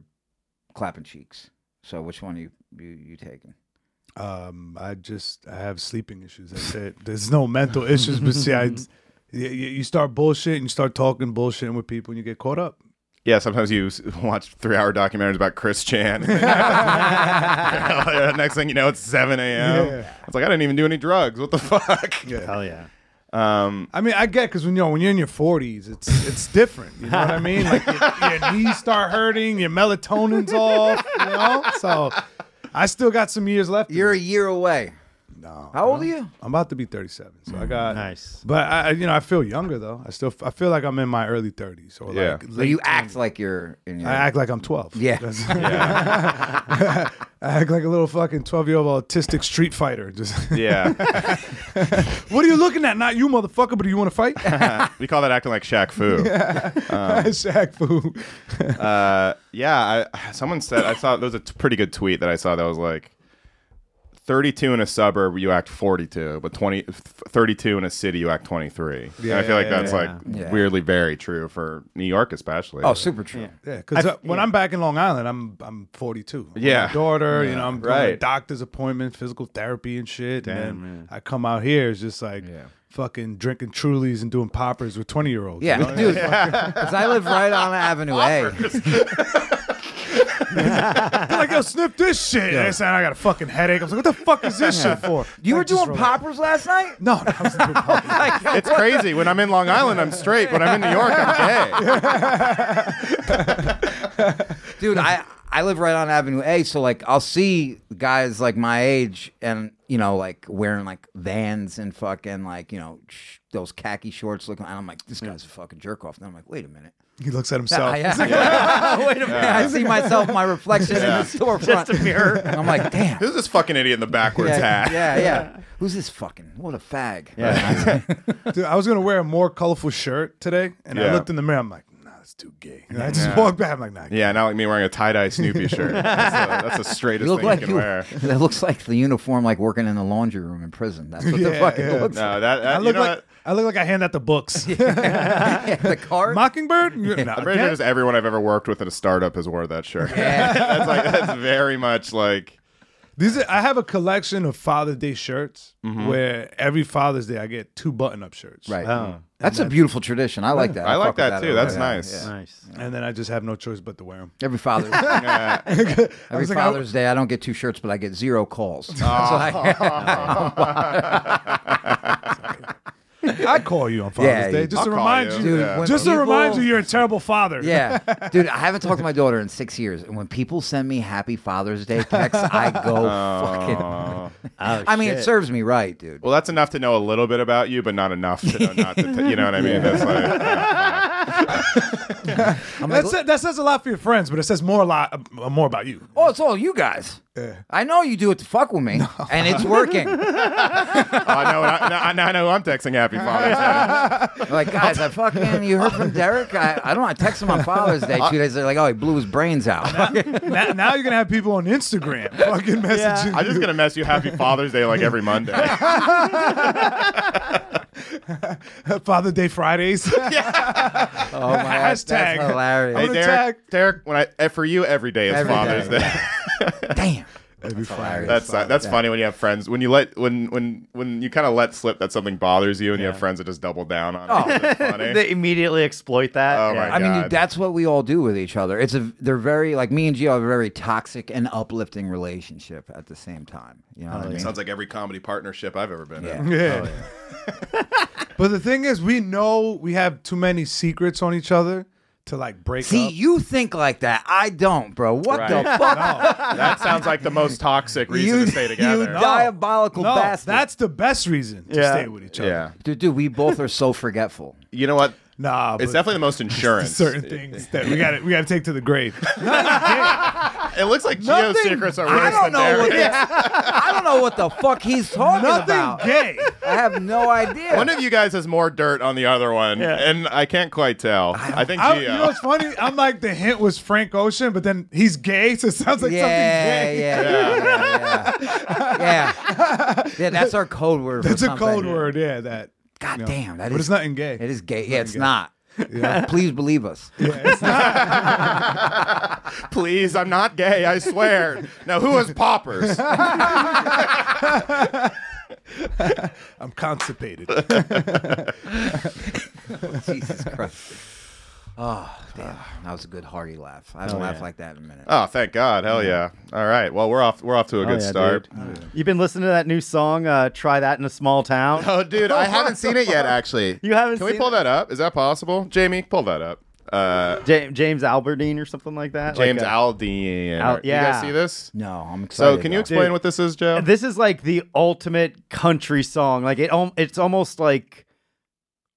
D: clapping cheeks. So which one you you, you taking?
E: Um, I just I have sleeping issues. That's it. There's no mental issues, but see,
D: [laughs]
E: I you, you start bullshitting, you start talking bullshitting with people, and you get caught up.
A: Yeah, sometimes you s- [laughs] watch three hour documentaries about Chris Chan. [laughs] Next thing you know, it's 7 a.m.
E: Yeah.
A: It's like, I didn't even do any drugs. What the fuck?
C: Hell yeah.
A: Um,
E: I mean, I get because when you know when you're in your 40s, it's it's different. You know what I mean? Like your, your knees start hurting, your melatonin's off. You know, so I still got some years left. in
D: You're a
E: me.
D: year away. No. How old are you?
E: I'm about to be 37, so
A: Mm-hmm.
E: I got
C: Nice.
E: But I, I- you know, I feel younger though. I still I feel like I'm in my early 30s or
A: Yeah.
E: like
D: So you act like you're in your
E: I act like I'm 12.
D: Yeah.
E: [laughs] That's- I act like a little fucking 12 year old autistic street
A: [laughs]
E: fighter. Just
A: yeah.
E: What are you looking at? Not you, motherfucker, but do you want
A: [laughs]
E: to fight? [laughs]
A: Uh, we call that acting like Shaq Fu.
E: Shaq Fu.
A: Uh, yeah. I, someone said, I saw, there was a t- pretty good tweet that I saw that was like, 32 in a suburb, you act 42, but 20, f- 32 in a city, you act 23. and I feel like
E: Yeah.
A: that's like
D: Yeah.
A: weirdly very true for New York, especially.
D: Oh, super true.
E: Yeah, because when I'm back in Long Island, I'm I'm
A: uh,
E: 42. I got
A: Yeah.
E: my daughter. You know, I'm going to
A: Right.
E: doctor's appointment, physical therapy, and shit. and then I come out here, it's just like fucking drinking Trulies and doing poppers with 20 year olds.
D: Yeah, dude. Because I live right on Avenue
E: [laughs]
D: A.
E: I'm like, yo, sniff this shit. And I said, I got a fucking headache. I was like, what the fuck
A: [laughs]
E: is this shit for?
D: You were
E: Like, just
D: doing
E: relax.
D: poppers last night?
E: [laughs] No, no, I was
A: [laughs]
E: doing poppers.
A: It's crazy. When I'm in Long Island, I'm straight. When I'm in New York, I'm gay.
D: dude i i live right on avenue a so like i'll see guys like my age and you know like wearing like vans and fucking like you know sh- those khaki shorts looking and i'm like this guy's a fucking jerk off and i'm like wait a minute
E: He looks at
A: Oh.
D: [laughs]
E: himself.
D: I- I- [laughs] wait a minute i see myself my reflection in the [laughs] storefront
C: mirror.
D: and i'm like damn
A: Who's this fucking idiot in the backwards
D: yeah,
A: hat?
D: yeah, yeah. Who's this fucking? What a fag.
E: Dude, I was gonna wear a more colorful shirt today, and
A: Yeah.
E: I looked in the mirror. I'm like, nah, that's too gay. And I just walked back. I'm like, nah.
A: Yeah, not like me wearing a tie dye
D: [laughs]
A: Snoopy shirt. That's, the- that's the straightest
D: You look
A: thing
D: like
A: you
D: you.
A: can wear.
D: [laughs] That looks like the uniform, like working in the laundry room in prison. That's
A: [laughs]
D: what the
E: Yeah,
D: fuck
E: yeah.
D: it looks
A: No, that, that
E: I
A: you
E: look
A: know
E: like
A: what?
E: I look like I hand out
D: [laughs]
E: the books.
D: like. [laughs] the card.
E: [laughs] Mockingbird. You're- nah,
A: I'm pretty sure
E: again?
A: just [laughs] everyone I've ever worked with in a startup has wore that shirt.
D: [laughs] Yeah.
A: that's like that's very much like
E: These are, I have a collection of Father's Day shirts
A: Mm-hmm.
E: where every Father's Day I get two button-up shirts.
D: Right. That's a beautiful tradition. I like that.
A: I like
D: fuck with
A: that
D: a
A: too.
D: lot.
A: That's
D: Yeah,
A: nice.
D: yeah.
C: Nice.
E: And then I just have no choice but to wear them.
D: Every Father's Every [laughs]
E: was like, I-
D: Father's Day, I don't get two shirts, but I get zero calls. Oh. So I-
E: I call you on Father's
D: [laughs] Yeah,
E: Day
D: you-
E: just
A: I'll
E: to
A: call
E: remind
A: you.
E: you.
D: Dude,
A: Yeah.
D: when
E: Just to
D: people-
E: remind you, you're a terrible father.
D: yeah, dude, I haven't talked to my daughter in six years, and when people send me Happy Father's Day texts, I go fucking.
C: Oh,
D: I mean, it
C: shit.
D: serves me right, dude.
A: Well, that's enough to know a little bit about you, but not enough to know not to. T- you know what I
D: [laughs]
A: mean? That's like,
D: I'm like,
E: That's it, that says a lot for your friends, but it says more a lot uh, more about you.
D: oh, it's all you guys. I know you do it to fuck with me, and it's working.
A: oh, I know. I, I, I know. who I'm texting Happy Father's Day.
D: [laughs] like, guys, I fucking. You heard from Derek? I, I don't. I text him on Father's Day two days. They're like, oh, he blew his brains out.
E: now, now you're gonna have people
D: [laughs]
E: on Instagram fucking messaging.
A: I'm just gonna mess you Happy Father's Day like every
D: [laughs]
A: Monday.
E: you. [laughs] Father Day
D: [laughs]
E: Fridays. [laughs]
D: oh my, God, [laughs]
E: Hashtag.
D: That's hilarious.
A: hey,
E: gonna
A: Derek.
E: tag-
A: Derek, when I eh, for you every day is
D: Every
A: Father's
D: day.
A: Day.
D: Damn.
E: Every Friday.
A: That's that's funny when you have friends when you let when when when you kind of let slip that something bothers you and you have friends that just double down on it. Isn't it. funny?
C: [laughs] They immediately exploit that.
A: Oh, my
D: I mean,
A: God.
D: you- that's what we all do with each other. It's a they're very like me and Gio have a very toxic and uplifting relationship at the same time. You know what I mean?
A: Sounds like every comedy partnership I've ever been in.
D: Yeah.
E: [laughs] Yeah.
D: Oh,
E: [laughs] but the thing is, we know we have too many secrets on each other to like break
D: See,
E: up.
D: you think like that. I don't, bro. What
A: [laughs]
D: the
A: Right.
D: fuck?
A: That sounds like the most toxic reason
D: [laughs] You,
A: to stay
D: you
A: together.
D: diabolical
E: no,
D: bastard.
E: that's the best reason to
C: Yeah.
E: stay with each other.
A: yeah,
D: dude, dude, we both are so forgetful.
A: you know what?
E: Nah,
A: It's
E: but
A: definitely the most insurance.
E: certain
D: [laughs]
E: things that we got to we got to take to the grave.
A: It looks like Geo's [laughs]
E: Nothing-
A: secrets are worse
D: I don't
A: than
D: know what
A: Derek.
D: the, [laughs] I don't know what the fuck he's talking
E: Nothing
D: about.
E: gay.
D: I have no idea.
A: [laughs] One of you guys has more dirt on the other one, and I can't quite tell. I, think
E: I,
A: Geo.
E: you know what's funny? I'm like the hint was Frank Ocean, but then he's gay, so it sounds like
D: yeah,
E: something gay.
D: yeah, yeah, yeah, yeah, yeah. Yeah, that's our code word. for
E: [laughs] That's a
D: something.
E: code word. Yeah, that.
D: God
E: you know.
D: damn, that
E: but
D: is-
E: it's nothing gay.
D: It is gay. Yeah, it's not. [laughs] Please believe us.
A: [laughs] Please, I'm not gay. I swear. now, who is poppers?
E: I'm
C: [laughs]
E: constipated.
D: [laughs] Jesus Christ. Oh, damn. That was a good hearty laugh. I haven't laughed like that in a minute.
A: Oh, thank God! Hell yeah! All right. Well, we're off. We're off to a good
C: Oh, yeah,
A: start.
C: dude. You've been listening to that new song, uh, Try That in a Small
A: [laughs]
C: Town?
A: Oh, dude, I haven't seen it yet. Actually,
C: You haven't
A: Can we
C: seen
A: pull
C: it?
A: that up? Is that possible, Jamie? Pull that up. Uh,
C: Ja- James Albertine or something like that?
A: James
C: like, uh,
A: Aldean.
C: Al-
A: You guys
C: yeah.
A: see this?
D: no, I'm excited.
A: So, can you
D: though.
A: explain
C: Dude.
A: what this is, Joe?
C: This is like the ultimate country song. Like it, al- it's almost like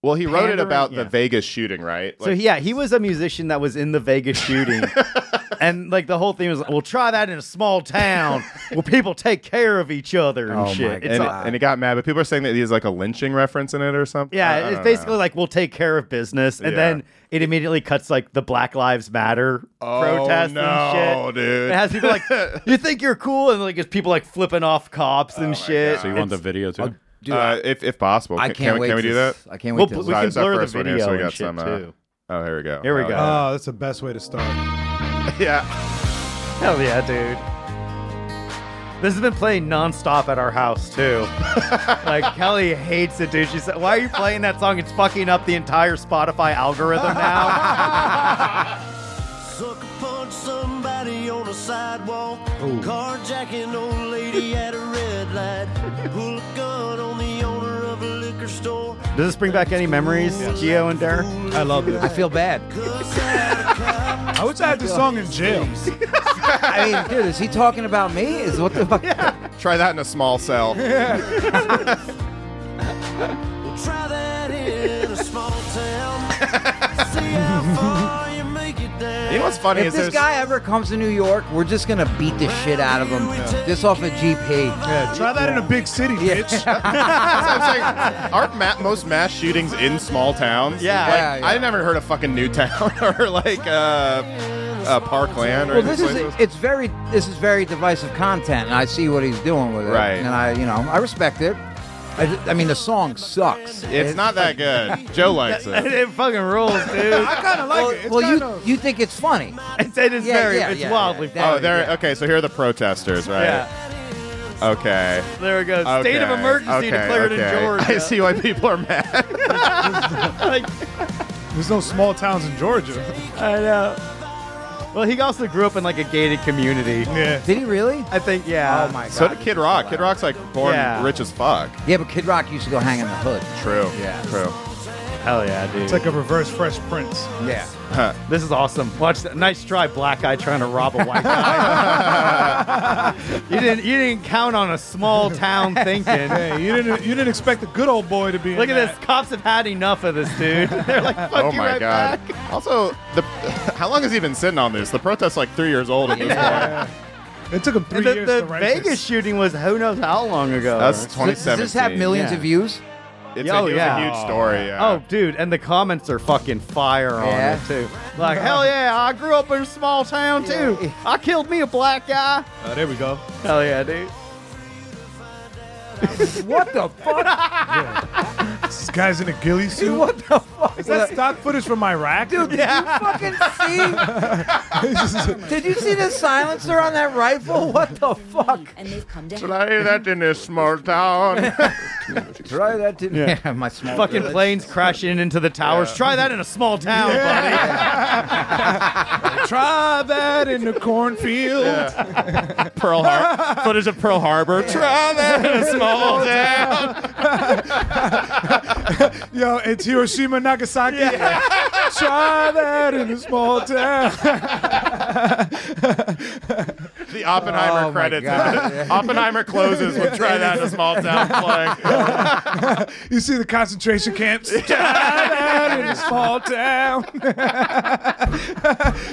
A: well, he wrote it
C: pandering-
A: about the
C: yeah.
A: Vegas shooting, right?
C: so.
A: Like,
C: Yeah, he was a musician that was in the
A: [laughs]
C: Vegas shooting, and like the whole thing was, like, "We'll try that in a small town where people take care of each other and
D: Oh my
C: shit." It's
A: and,
C: all-
D: God.
A: and he got mad, but people are saying that he's like a lynching reference in it or something. Uh, I- I
C: yeah,
A: don't
C: it's basically
A: know.
C: like we'll take care of business, and
A: Yeah. Oh,
C: then it immediately cuts like the Black Lives Matter protest and
A: no,
C: shit.
A: dude.
C: It has people
A: [laughs]
C: like, "You think you're cool?" and like it's people like flipping off cops
A: Oh,
C: and shit.
B: So you want the
C: It's-
B: video too?
D: Dude,
A: uh, if if possible.
D: I
A: Can-
D: can't
A: can, we-
D: wait.
A: Can we
D: to
A: do that?
D: s- I can't wait
C: Well,
D: to.
C: bl-
D: s-
C: we can
A: it's our
C: blur the
A: first one here,
C: video
A: so we
C: and
A: got
C: shit
A: some, uh,
C: too.
A: Oh, here we go.
C: Here we
A: Oh,
C: go.
E: Oh, that's the best way to start.
A: [laughs] Yeah.
C: Hell yeah, dude. This has been playing nonstop at our house too. like Kelly hates it, dude. She said, "Why are you playing that song? It's fucking up the entire Spotify algorithm now."
F: Sucker punch somebody on a sidewalk. Carjacking old lady at a red light. Pull a gun on the owner of a liquor store.
C: Does this bring back any memories, Gio and Derek? [laughs]
E: I love
D: I
E: this.
D: feel bad.
F: Cuss out a cop.
E: I wish I had this song in jail.
D: I mean, dude, is he talking about me? Is what the fuck?
A: Try that in a small cell.
F: Well, try that in a small town. See how far you make it down.
A: You know what's funny
D: If
A: is
D: this
A: there's-
D: guy ever comes to New York, we're just gonna beat the shit out of him. Just off a GP.
E: Yeah, try that in a big city, bitch.
A: That's what I'm saying. Aren't ma- most mass shootings in small towns?
C: Yeah.
A: Like,
D: Yeah, yeah.
A: I never heard of fucking Newtown [laughs] or like uh, uh, Parkland or
D: Well, this
A: anything
D: is
A: like this.
D: it's very this is very divisive content, and I see what he's doing with it.
A: Right.
D: And I, you know, I respect it. I, ju- I mean, the song sucks.
A: It's not that good. Joe likes it.
C: [laughs] it fucking rules, dude.
E: I kind of like
D: Well,
E: it. It's
D: well, you
E: kind of.
D: you think it's funny?
C: [laughs] It's, it is
D: Yeah,
C: very,
D: yeah,
C: it's
D: yeah,
C: wildly
D: yeah.
A: Oh,
C: fun.
A: there. Okay, so here are the protesters, right?
C: Yeah.
A: Okay.
C: There it goes. State of
A: Okay.
C: emergency
A: Okay,
C: declared
A: okay.
C: in Georgia.
A: I see why people are mad.
C: [laughs] Like,
E: There's no small towns in Georgia.
D: [laughs]
C: I know. Well, he also grew up in like a gated community.
E: Yeah.
D: Did he really?
C: I think, yeah.
D: Oh my god.
A: so did Kid Rock. Kid Rock's like born
C: Yeah.
A: rich as fuck.
D: Yeah, but Kid Rock used to go hang in the hood.
A: True.
D: Yeah.
A: True.
C: Hell yeah, dude.
E: It's like a reverse Fresh Prince.
D: Yeah.
C: this is awesome. Watch that. Nice try, black guy trying to rob a white guy. you didn't. You didn't count on a small town thinking.
E: Hey, you didn't you didn't expect the good old boy to be.
C: Look at
E: in
C: this. Cops have had enough of this, dude. [laughs] They're like, fuck
A: oh
C: you
A: my
C: right
A: god. [laughs]
C: back.
A: Also, the how long has he been sitting on this? The protest's like three years old at this point.
E: that. It took him three
C: And the
E: years
C: the
E: to write
C: Vegas
E: this.
C: shooting was who knows how long ago.
A: That's
D: Does
A: 2017.
D: this have millions
C: Yeah.
D: of views?
A: It's
C: Oh,
A: a, it was a
C: yeah.
A: huge story. Yeah.
C: Oh, dude, and the comments are fucking fire on
D: Yeah.
C: it too. Like, hell yeah, I grew up in a small town too.
D: Yeah.
C: I killed me a black guy.
E: Oh, there we go.
C: Hell yeah, dude.
D: What the fuck?
E: This guy's in a ghillie suit.
D: [laughs] what the fuck?
E: Is that stock footage from Iraq?
D: Dude,
E: [laughs]
D: did you fucking see? did you see the silencer on that rifle? What the fuck?
G: and they've come down.
A: Play that in this small town.
D: Try that. Didn't yeah. my small
C: Fucking
D: village.
C: planes crashing into the towers. Try that in a small town, buddy.
E: Try that in the cornfield.
A: [laughs] Pearl Harbor. Footage of Pearl [laughs] Harbor. Try that in
C: [laughs]
A: a [laughs] small town.
E: Yo, it's Hiroshima, Nagasaki. Try that in a small town.
A: The Oppenheimer
D: Oh, my
A: credits. [laughs]
D: God.
A: Oppenheimer closes [laughs] with "Try that in a small town" playing.
E: You see the concentration camps? Try that in a small town. [laughs]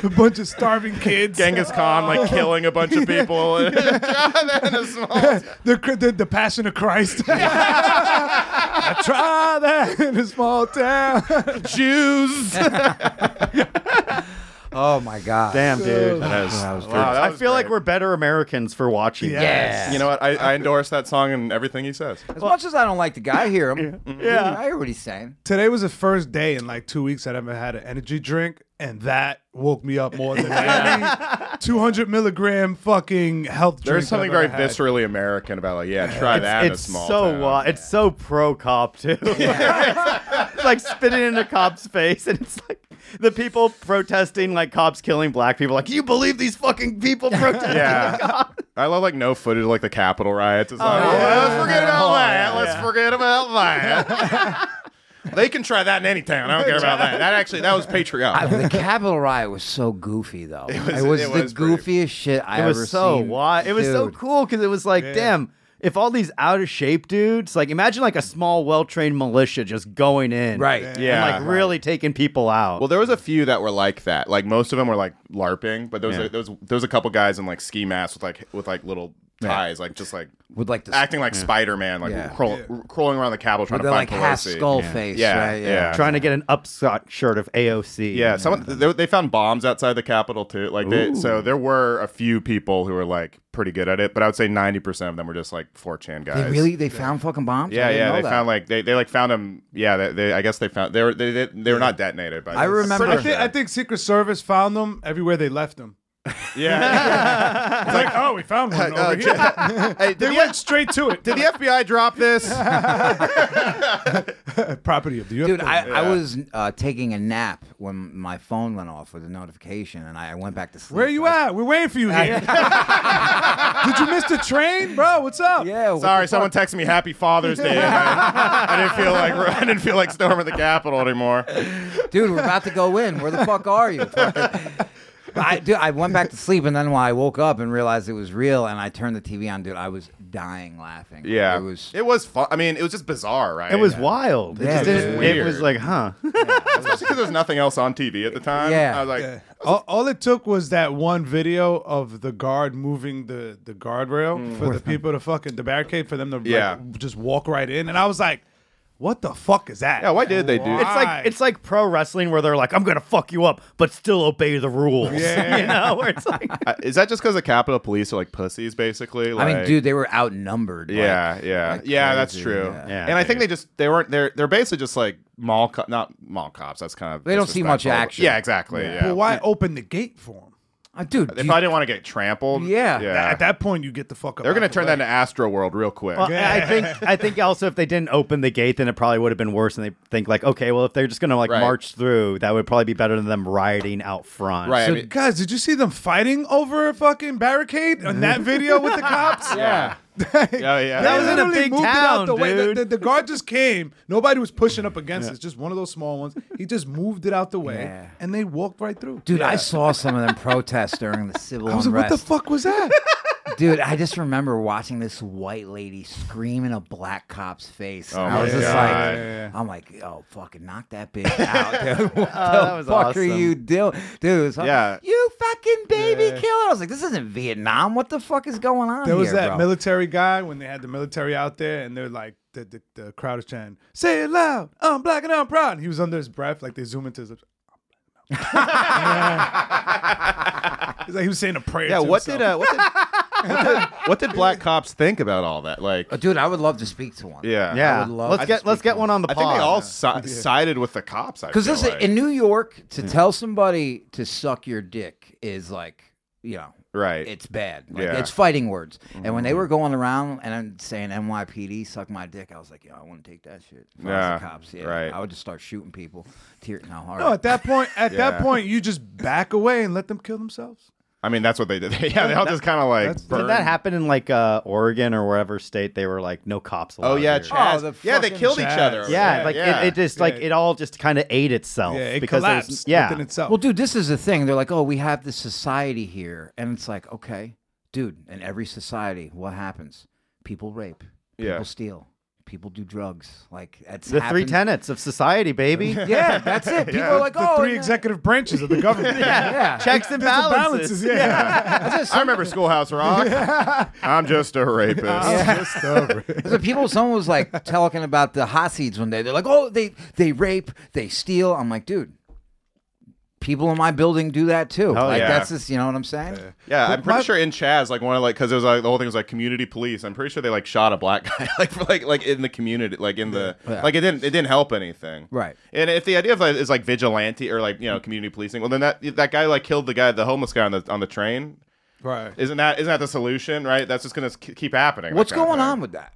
E: a bunch of starving kids.
A: Genghis Khan like killing a bunch [laughs] of people. Try that in a small. town.
E: The, cr- the, the Passion of Christ. [laughs] Try that in a small town.
A: [laughs] Jews.
D: Oh my god.
C: Damn, dude.
B: That is-
A: Wow, that
C: I
A: was
C: feel like
A: great.
C: we're better Americans for watching.
E: Yeah.
D: Yes.
A: You know what? I, I endorse that song and everything he says.
D: as much as I don't like the guy, I hear him. yeah. I hear what he's saying.
E: Today was the first day in like two weeks that I haven't had an energy drink, and that woke me up more than any 200 milligram fucking health drink.
A: There's something
E: I've ever
A: very
E: had.
A: viscerally American about like, yeah, try that
C: It's,
A: in a
C: it's
A: small
C: so
A: town.
C: uh, it's so pro cop too. [laughs] it's like spitting in a cop's face, and it's like the people protesting, like cops killing black people. Like, you believe these fucking people protesting?
A: Yeah. I love like no footage of like the Capitol riots. It's like, oh, let's forget about that. Let's forget about that. they can try that in any town. I don't care about that. That actually that was
D: I,
A: patriotic.
D: the Capitol riot was so goofy though. It
A: was-
D: was,
A: it
D: the
A: was
D: goofiest
A: pretty-
D: shit I
C: It
D: ever
C: was so
D: seen.
C: wild. It was so
D: Dude.
C: cool because it was like, damn, if all these out of shape dudes, like imagine like a small, well trained militia just going in,
D: Right.
C: And
A: Yeah.
C: like really taking people out.
A: Well, there was a few that were like that. Like most of them were like LARPing, but there was,
C: Yeah.
A: a, there was there was a couple guys in like ski masks with like with like little ties, like just like
D: With like the
A: acting like Spider Man, like
D: Yeah.
A: crawl- crawling around the Capitol trying
D: with
A: to
D: the
A: find
D: like half
A: Pelosi.
D: skull face.
A: Yeah,
D: Right?
A: yeah.
C: Trying to get an upshot shirt of AOC.
A: Yeah, someone they, they found bombs outside the Capitol too. Like, they, so there were a few people who were like pretty good at it, but I would say ninety percent of them were just like 4chan guys.
D: They really they found fucking bombs. I
A: Yeah,
D: didn't
A: yeah.
D: know
A: They
D: that.
A: found like they, they like found them. Yeah, they, they I guess they found they were they they, they were not detonated. But
D: I remember-
E: I think, I think Secret Service found them everywhere they left them.
D: [laughs]
A: Yeah.
E: It's like, oh, we found
A: [laughs]
E: one. Over
A: Uh,
E: here.
A: J- [laughs] hey,
E: They
A: did,
E: went
A: the,
E: straight to it.
A: did the FBI drop
D: [laughs]
A: this?
E: property of the UFO.
D: Dude, I, I was uh, taking a nap when my phone went off with a notification, and I, I went back to sleep.
E: Where you
D: I-
E: at? We're waiting for you here. [laughs] Did you miss the train, bro? What's up?
D: Yeah. what
A: Sorry,
D: the
A: someone texted me Happy Father's Day. and I, I didn't feel like [laughs] I didn't feel like storming the Capitol anymore.
D: fuck? Dude, we're about to go in. Where the fuck
A: [laughs]
D: are you? Fucking- I, dude, I went back to sleep, and then when I woke up and realized it was real, and I turned the TV on, dude, I was dying laughing.
A: Yeah,
D: It was.
A: it was fun. I mean, it was just bizarre, right?
C: It was wild.
D: Yeah,
C: it, just
D: dude.
C: didn't-
A: Weird.
C: it was like, huh? [laughs]
A: especially because there's nothing else on TV at the time.
D: Yeah.
A: I was like,
E: All, all it took was that one video of the guard moving the, the guardrail for the people to fucking the barricade for them to like,
A: Mm. Yeah.
E: just walk right in, and I was like, "What the fuck is that?"
A: yeah, why did they do?
E: Why?
A: It's
C: It's like it's like pro wrestling where they're like, I'm gonna fuck you up, but still obey the rules. [laughs]
E: Yeah.
C: you know, where it's
A: [laughs]
C: like
A: Uh, is that just because the Capitol Police are like pussies, basically?
D: I
A: Like,
D: mean, dude, they were outnumbered. like-
A: Yeah, yeah,
D: like
A: yeah. That's
D: crazy,
A: true.
D: yeah.
A: and I think they just they weren't they're they're basically just like mall co- not mall cops. That's kind of
D: They don't see much
A: disrespectful.
D: action.
A: Yeah, exactly. Yeah,
E: But why open the gate for him?
D: Uh, dude,
A: They
D: do you-
A: probably didn't want to get trampled.
D: Yeah.
A: yeah.
E: At that point, you get the fuck up.
A: They're
E: out
A: gonna
E: the
A: turn
E: way.
A: that into Astro World real quick.
C: Well, I I think I think also if they didn't open the gate, then it probably would have been worse. And they think like, okay, well, if they're just gonna like
A: Right.
C: march through, that would probably be better than them rioting out front.
A: right. I
E: So,
A: mean-
E: guys, did you see them fighting over a fucking barricade on that video with
A: [laughs]
E: the cops?
A: yeah. [laughs] yeah, yeah.
E: They
C: That was in a
E: literally
C: big
E: moved it out
C: town,
E: the way. The,
C: dude.
E: the, the guard just came. Nobody was pushing up against it. It's Just one of those small ones. He just moved it out the way,
D: Yeah.
E: and they walked right through.
D: dude, I saw some of them protests during
A: [laughs]
D: the civil
E: I was like,
D: unrest.
E: what the fuck was that?
D: Dude, I just remember watching this white lady scream in a black cop's face. and
A: Oh my
D: I was just
A: God.
D: like,
A: Yeah, Oh,
D: I'm like, oh, fucking knock that bitch
A: [laughs]
D: out, dude. [laughs] What the
C: that was
D: fuck are
C: awesome.
D: you doing? Dude, it was like,
A: Yeah.
D: you fucking baby killer. I was like, this isn't Vietnam. What the fuck is going on
E: [laughs] There was
D: here,
E: that
D: bro?
E: military guy when they had the military out there, and they're like, the, the, the crowd is chanting, "Say it loud, I'm black and I'm proud." And he was under his breath, like they zoom into his. [laughs] lips, "I'm black and I'm proud." It's like he was saying a prayer.
A: Yeah,
E: to
A: what
E: himself.
A: did, uh, what did what did what did black cops think about all that? Like,
D: Oh, dude, I would love to speak to one.
A: yeah,
C: Yeah.
D: would love
C: let's
D: to
C: get let's
D: speak
C: get one on the
A: I
C: pod.
A: think they all si- sided with the cops.
D: Because
A: Because
D: listen,
A: like.
D: in New York, to
A: Hmm.
D: tell somebody to suck your dick is like, you know,
A: Right.
D: It's bad. Like,
A: Yeah.
D: It's fighting words. And when they were going around and I'm saying NYPD suck my dick, I was like, yo, I want to take that shit. If I was the
A: Yeah,
D: cops, yeah,
A: right.
D: I would just start shooting people. Tear, no, all right.
E: No, at that point, at
A: Yeah.
E: that point, you just back away and let them kill themselves.
A: I mean, that's what they did. [laughs] yeah, they all just kind of like
C: Did
A: burned.
C: that happen in like uh, Oregon or wherever state they were like no cops allowed?
A: Oh yeah,
C: here.
A: Chaz.
D: Oh, the
A: yeah, they
D: fucking
A: killed each
E: Chaz.
A: other.
C: yeah, like It, it just like
E: Yeah.
C: it all just kind of ate itself
E: Yeah, it
C: Oh, because there's-
E: collapsed
C: yeah
E: within itself.
D: Well, dude, this is the thing. They're like, oh, we have this society here. And it's like, okay, dude, in every society, what happens? People rape, people
A: Yeah.
D: steal, people do drugs. Like, that's
C: the three
D: happened-
C: tenets of society,
E: [laughs]
C: baby.
D: Yeah, that's it. People are like,
E: the
D: oh,
E: three
D: yeah."
E: executive branches of the government.
D: Yeah.
C: Checks and balances.
E: Balances, yeah.
A: I
D: [laughs]
A: remember Schoolhouse Rock. I'm just a rapist.
D: So people, someone
A: [laughs]
D: was like talking about the Hasids one day. They're like, "Oh, they they rape, they steal." I'm like, dude, people in my building do that too. like
A: yeah.
D: that's just, you know what I'm saying?
A: [laughs] Yeah, I'm pretty sure in Chaz, like one of like because it was like the whole thing was like community police. I'm pretty sure they like shot a black [laughs] guy like for, like like in the community, like in the like it didn't it didn't help anything,
D: Right.
A: And if the idea of like, is like vigilante or like you know community policing, well then that that guy like killed the guy, the homeless guy on the on the train.
E: Right.
A: Isn't that isn't that the solution? Right. That's just gonna k- keep happening.
D: What's
A: that kind of
D: going
A: thing.
D: on with that?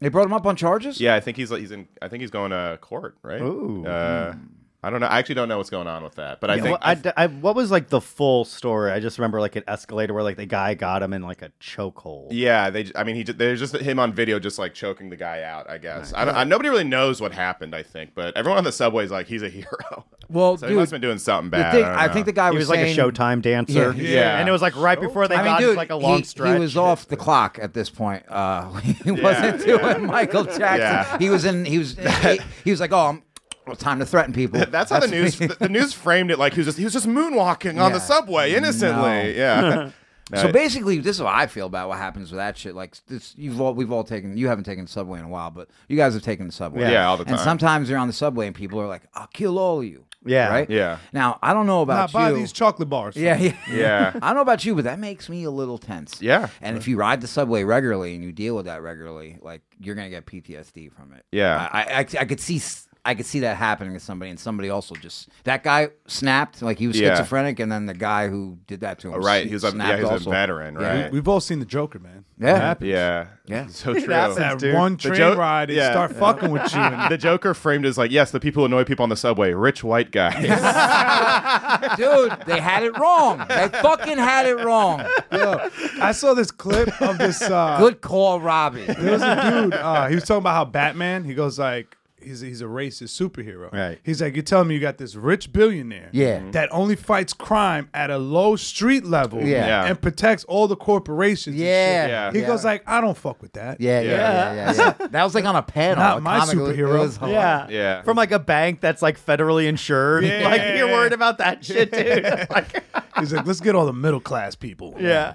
D: They brought him up on charges.
A: Yeah, I think he's like, he's in. I think he's going to court, right?
C: Ooh.
A: Uh, I don't know. I actually don't know what's going on with that, but I
C: Yeah,
A: think
C: well, I d- I- what was like the full story? I just remember like an escalator where like the guy got him in like a chokehold.
A: Yeah, they. j- I mean, he. j- There's just him on video, just like choking the guy out. I guess. I don't. I, nobody really knows what happened. I think, but everyone on the subway is like, he's a hero. [laughs]
D: Well,
A: so he
D: dude,
A: must have been doing something
D: the
A: bad.
D: thing-
A: I, don't
D: I,
A: know.
D: think the guy
C: He was like a
D: saying-
C: Showtime dancer.
D: Yeah.
A: Yeah.
C: and it was like right before they
D: I mean,
C: got
D: dude,
C: into, like a long
D: he,
C: stretch.
D: he was off the clock at this point. Uh, [laughs] he wasn't doing Michael Jackson.
A: Yeah.
D: He was in. He was. He, he was like, "Oh, I'm, well, time to threaten people."
A: [laughs] That's how the news. the, the news framed it like he was just he was just moonwalking on the
D: Yeah.
A: subway innocently.
D: No. [laughs]
A: Yeah. No,
D: So
A: it-
D: basically, this is what I feel about what happens with that shit. Like this, you've all, we've all taken. You haven't taken the subway in a while, but you guys have taken the subway.
A: Yeah. Yeah, all the
D: And
A: time.
D: sometimes you're on the subway and people are like, "I'll kill all of you."
C: Yeah.
D: Right.
A: Yeah.
D: Now I don't know
E: Now
D: about
E: buy
D: you.
E: these chocolate bars.
D: [laughs] yeah. Yeah.
A: Yeah.
D: [laughs] I don't know about you, but that makes me a little tense.
A: Yeah.
D: And if you ride the subway regularly and you deal with that regularly, like you're gonna get PTSD from it.
A: Yeah.
D: I I, I, I could see. s- I could see that happening to somebody, and somebody also just that guy snapped like he was
A: Yeah. Oh,
D: schizophrenic, and then the guy who did that to him,
A: right. He was a yeah.
D: snapped
A: He was a
D: also.
A: veteran. Right.
E: We've all seen the Joker, man.
D: Yeah.
A: Yeah.
D: Yeah.
A: So true.
C: happens.
E: That
C: Dude.
E: one
A: The
E: train
A: joke-
E: ride, they
A: yeah.
E: start fucking with
D: [laughs]
E: you. And
A: The Joker framed as like, yes, the people who annoy people on the subway, rich white [laughs] guys.
D: [laughs] Dude, they had it wrong. They fucking had it wrong.
E: Yo, I saw this clip of this. Uh,
D: [laughs] Good call, Robbie.
E: There was a dude. Uh, he was talking about how Batman. He goes like, he's he's a racist superhero.
C: Right.
E: He's like, you're telling me you got this rich billionaire.
D: Yeah.
A: Mm-hmm.
D: Mhm.
E: That only fights crime at a low street level.
D: Yeah.
A: Yeah.
E: And protects all the corporations. and
D: Yeah.
E: shit."
A: Yeah.
E: He
D: Yeah.
E: goes like, I don't fuck with that.
D: Yeah, yeah, yeah, yeah, yeah. That was like on a panel.
E: Not
D: a
E: my
D: comic. It was- it
E: superhero.
D: was hilarious.
C: Yeah.
A: Yeah.
C: From like a bank that's like federally insured.
E: Yeah.
C: Like you're worried about that
E: [laughs]
C: shit, dude. like,
E: He's like, let's get all the middle class people.
C: Yeah.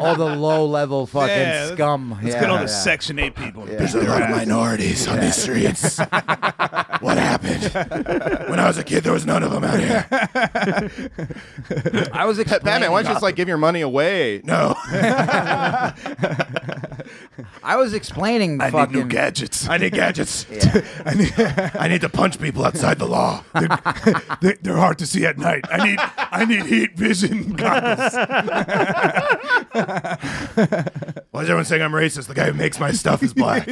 D: All the low level fucking
E: Yeah, let's-
D: scum.
E: Let's
D: yeah,
E: get all the
D: yeah.
E: Section Eight people.
D: Yeah.
E: There's a lot of
G: minorities on these streets. what happened? When I was a kid, there was none of them out here.
D: I was explaining.
A: Batman, why don't you just like give your money away?
G: No.
D: I was explaining the
G: I need
D: fucking.
G: new gadgets. I need gadgets.
E: [laughs] I need-
G: I need to punch people outside the law.
E: [laughs]
G: They're, they- they're hard to see at night. I need I need
E: [laughs]
G: heat vision goggles. Why is everyone saying I'm racist? The guy who makes my stuff is
A: [laughs]
G: black.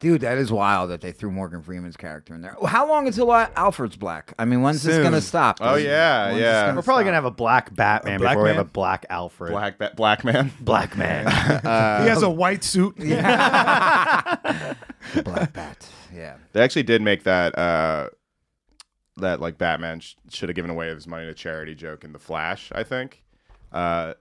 D: Dude, that is wild that they threw Morgan Freeman's character in there. How long until uh, Alfred's black? I mean, when's this
E: Soon.
D: gonna stop?
A: Oh, yeah,
D: When's this
A: yeah.
D: gonna
A: We're
C: We're probably
D: stop?
C: gonna have a black Batman
E: black
C: before we
E: man?
C: have a black Alfred.
A: Black ba- black man.
C: Black man. Uh,
E: he has a white suit.
D: Black Bat. Yeah.
A: They actually did make that uh, that like Batman sh- should have given away his money to charity joke in The Flash. I think. Uh,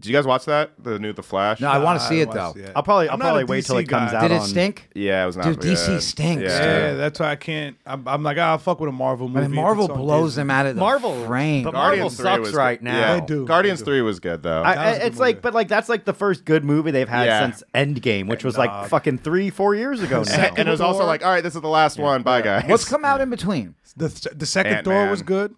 A: did you guys watch that? The new The Flash.
D: No, I want to see it
E: watched
D: though.
E: it.
C: I'll probably I'll
E: I'm not
C: probably
E: a
C: wait
E: DC
C: till it comes
E: guy.
C: out.
D: Did it
C: on-
D: stink?
A: Yeah, it was not.
D: Dude, DC
A: good.
D: stinks,
E: Yeah,
A: Yeah.
E: that's why I can't. I'm, I'm like, I'll fuck with a Marvel movie.
D: I
E: if
D: mean, Marvel
E: it's on
D: blows
E: Disney.
D: them out of the
C: Marvel-
D: frame.
C: but Mar-
A: Guardians
C: Marvel
A: 3
C: sucks
A: was
C: right
A: good.
C: now.
A: Yeah,
E: They do,
A: Guardians
E: they do.
A: three was good though.
C: I,
E: That
C: I,
E: was a good
C: it's like,
E: movie.
C: but like that's like the first good movie they've had
A: Yeah.
C: since Endgame, which was like fucking three, four
A: [laughs]
C: years ago now.
A: and it was also like, all right, this is the last one. Bye, guys.
D: What's come out in between?
E: The, the second
A: Ant-Man.
E: Thor was good.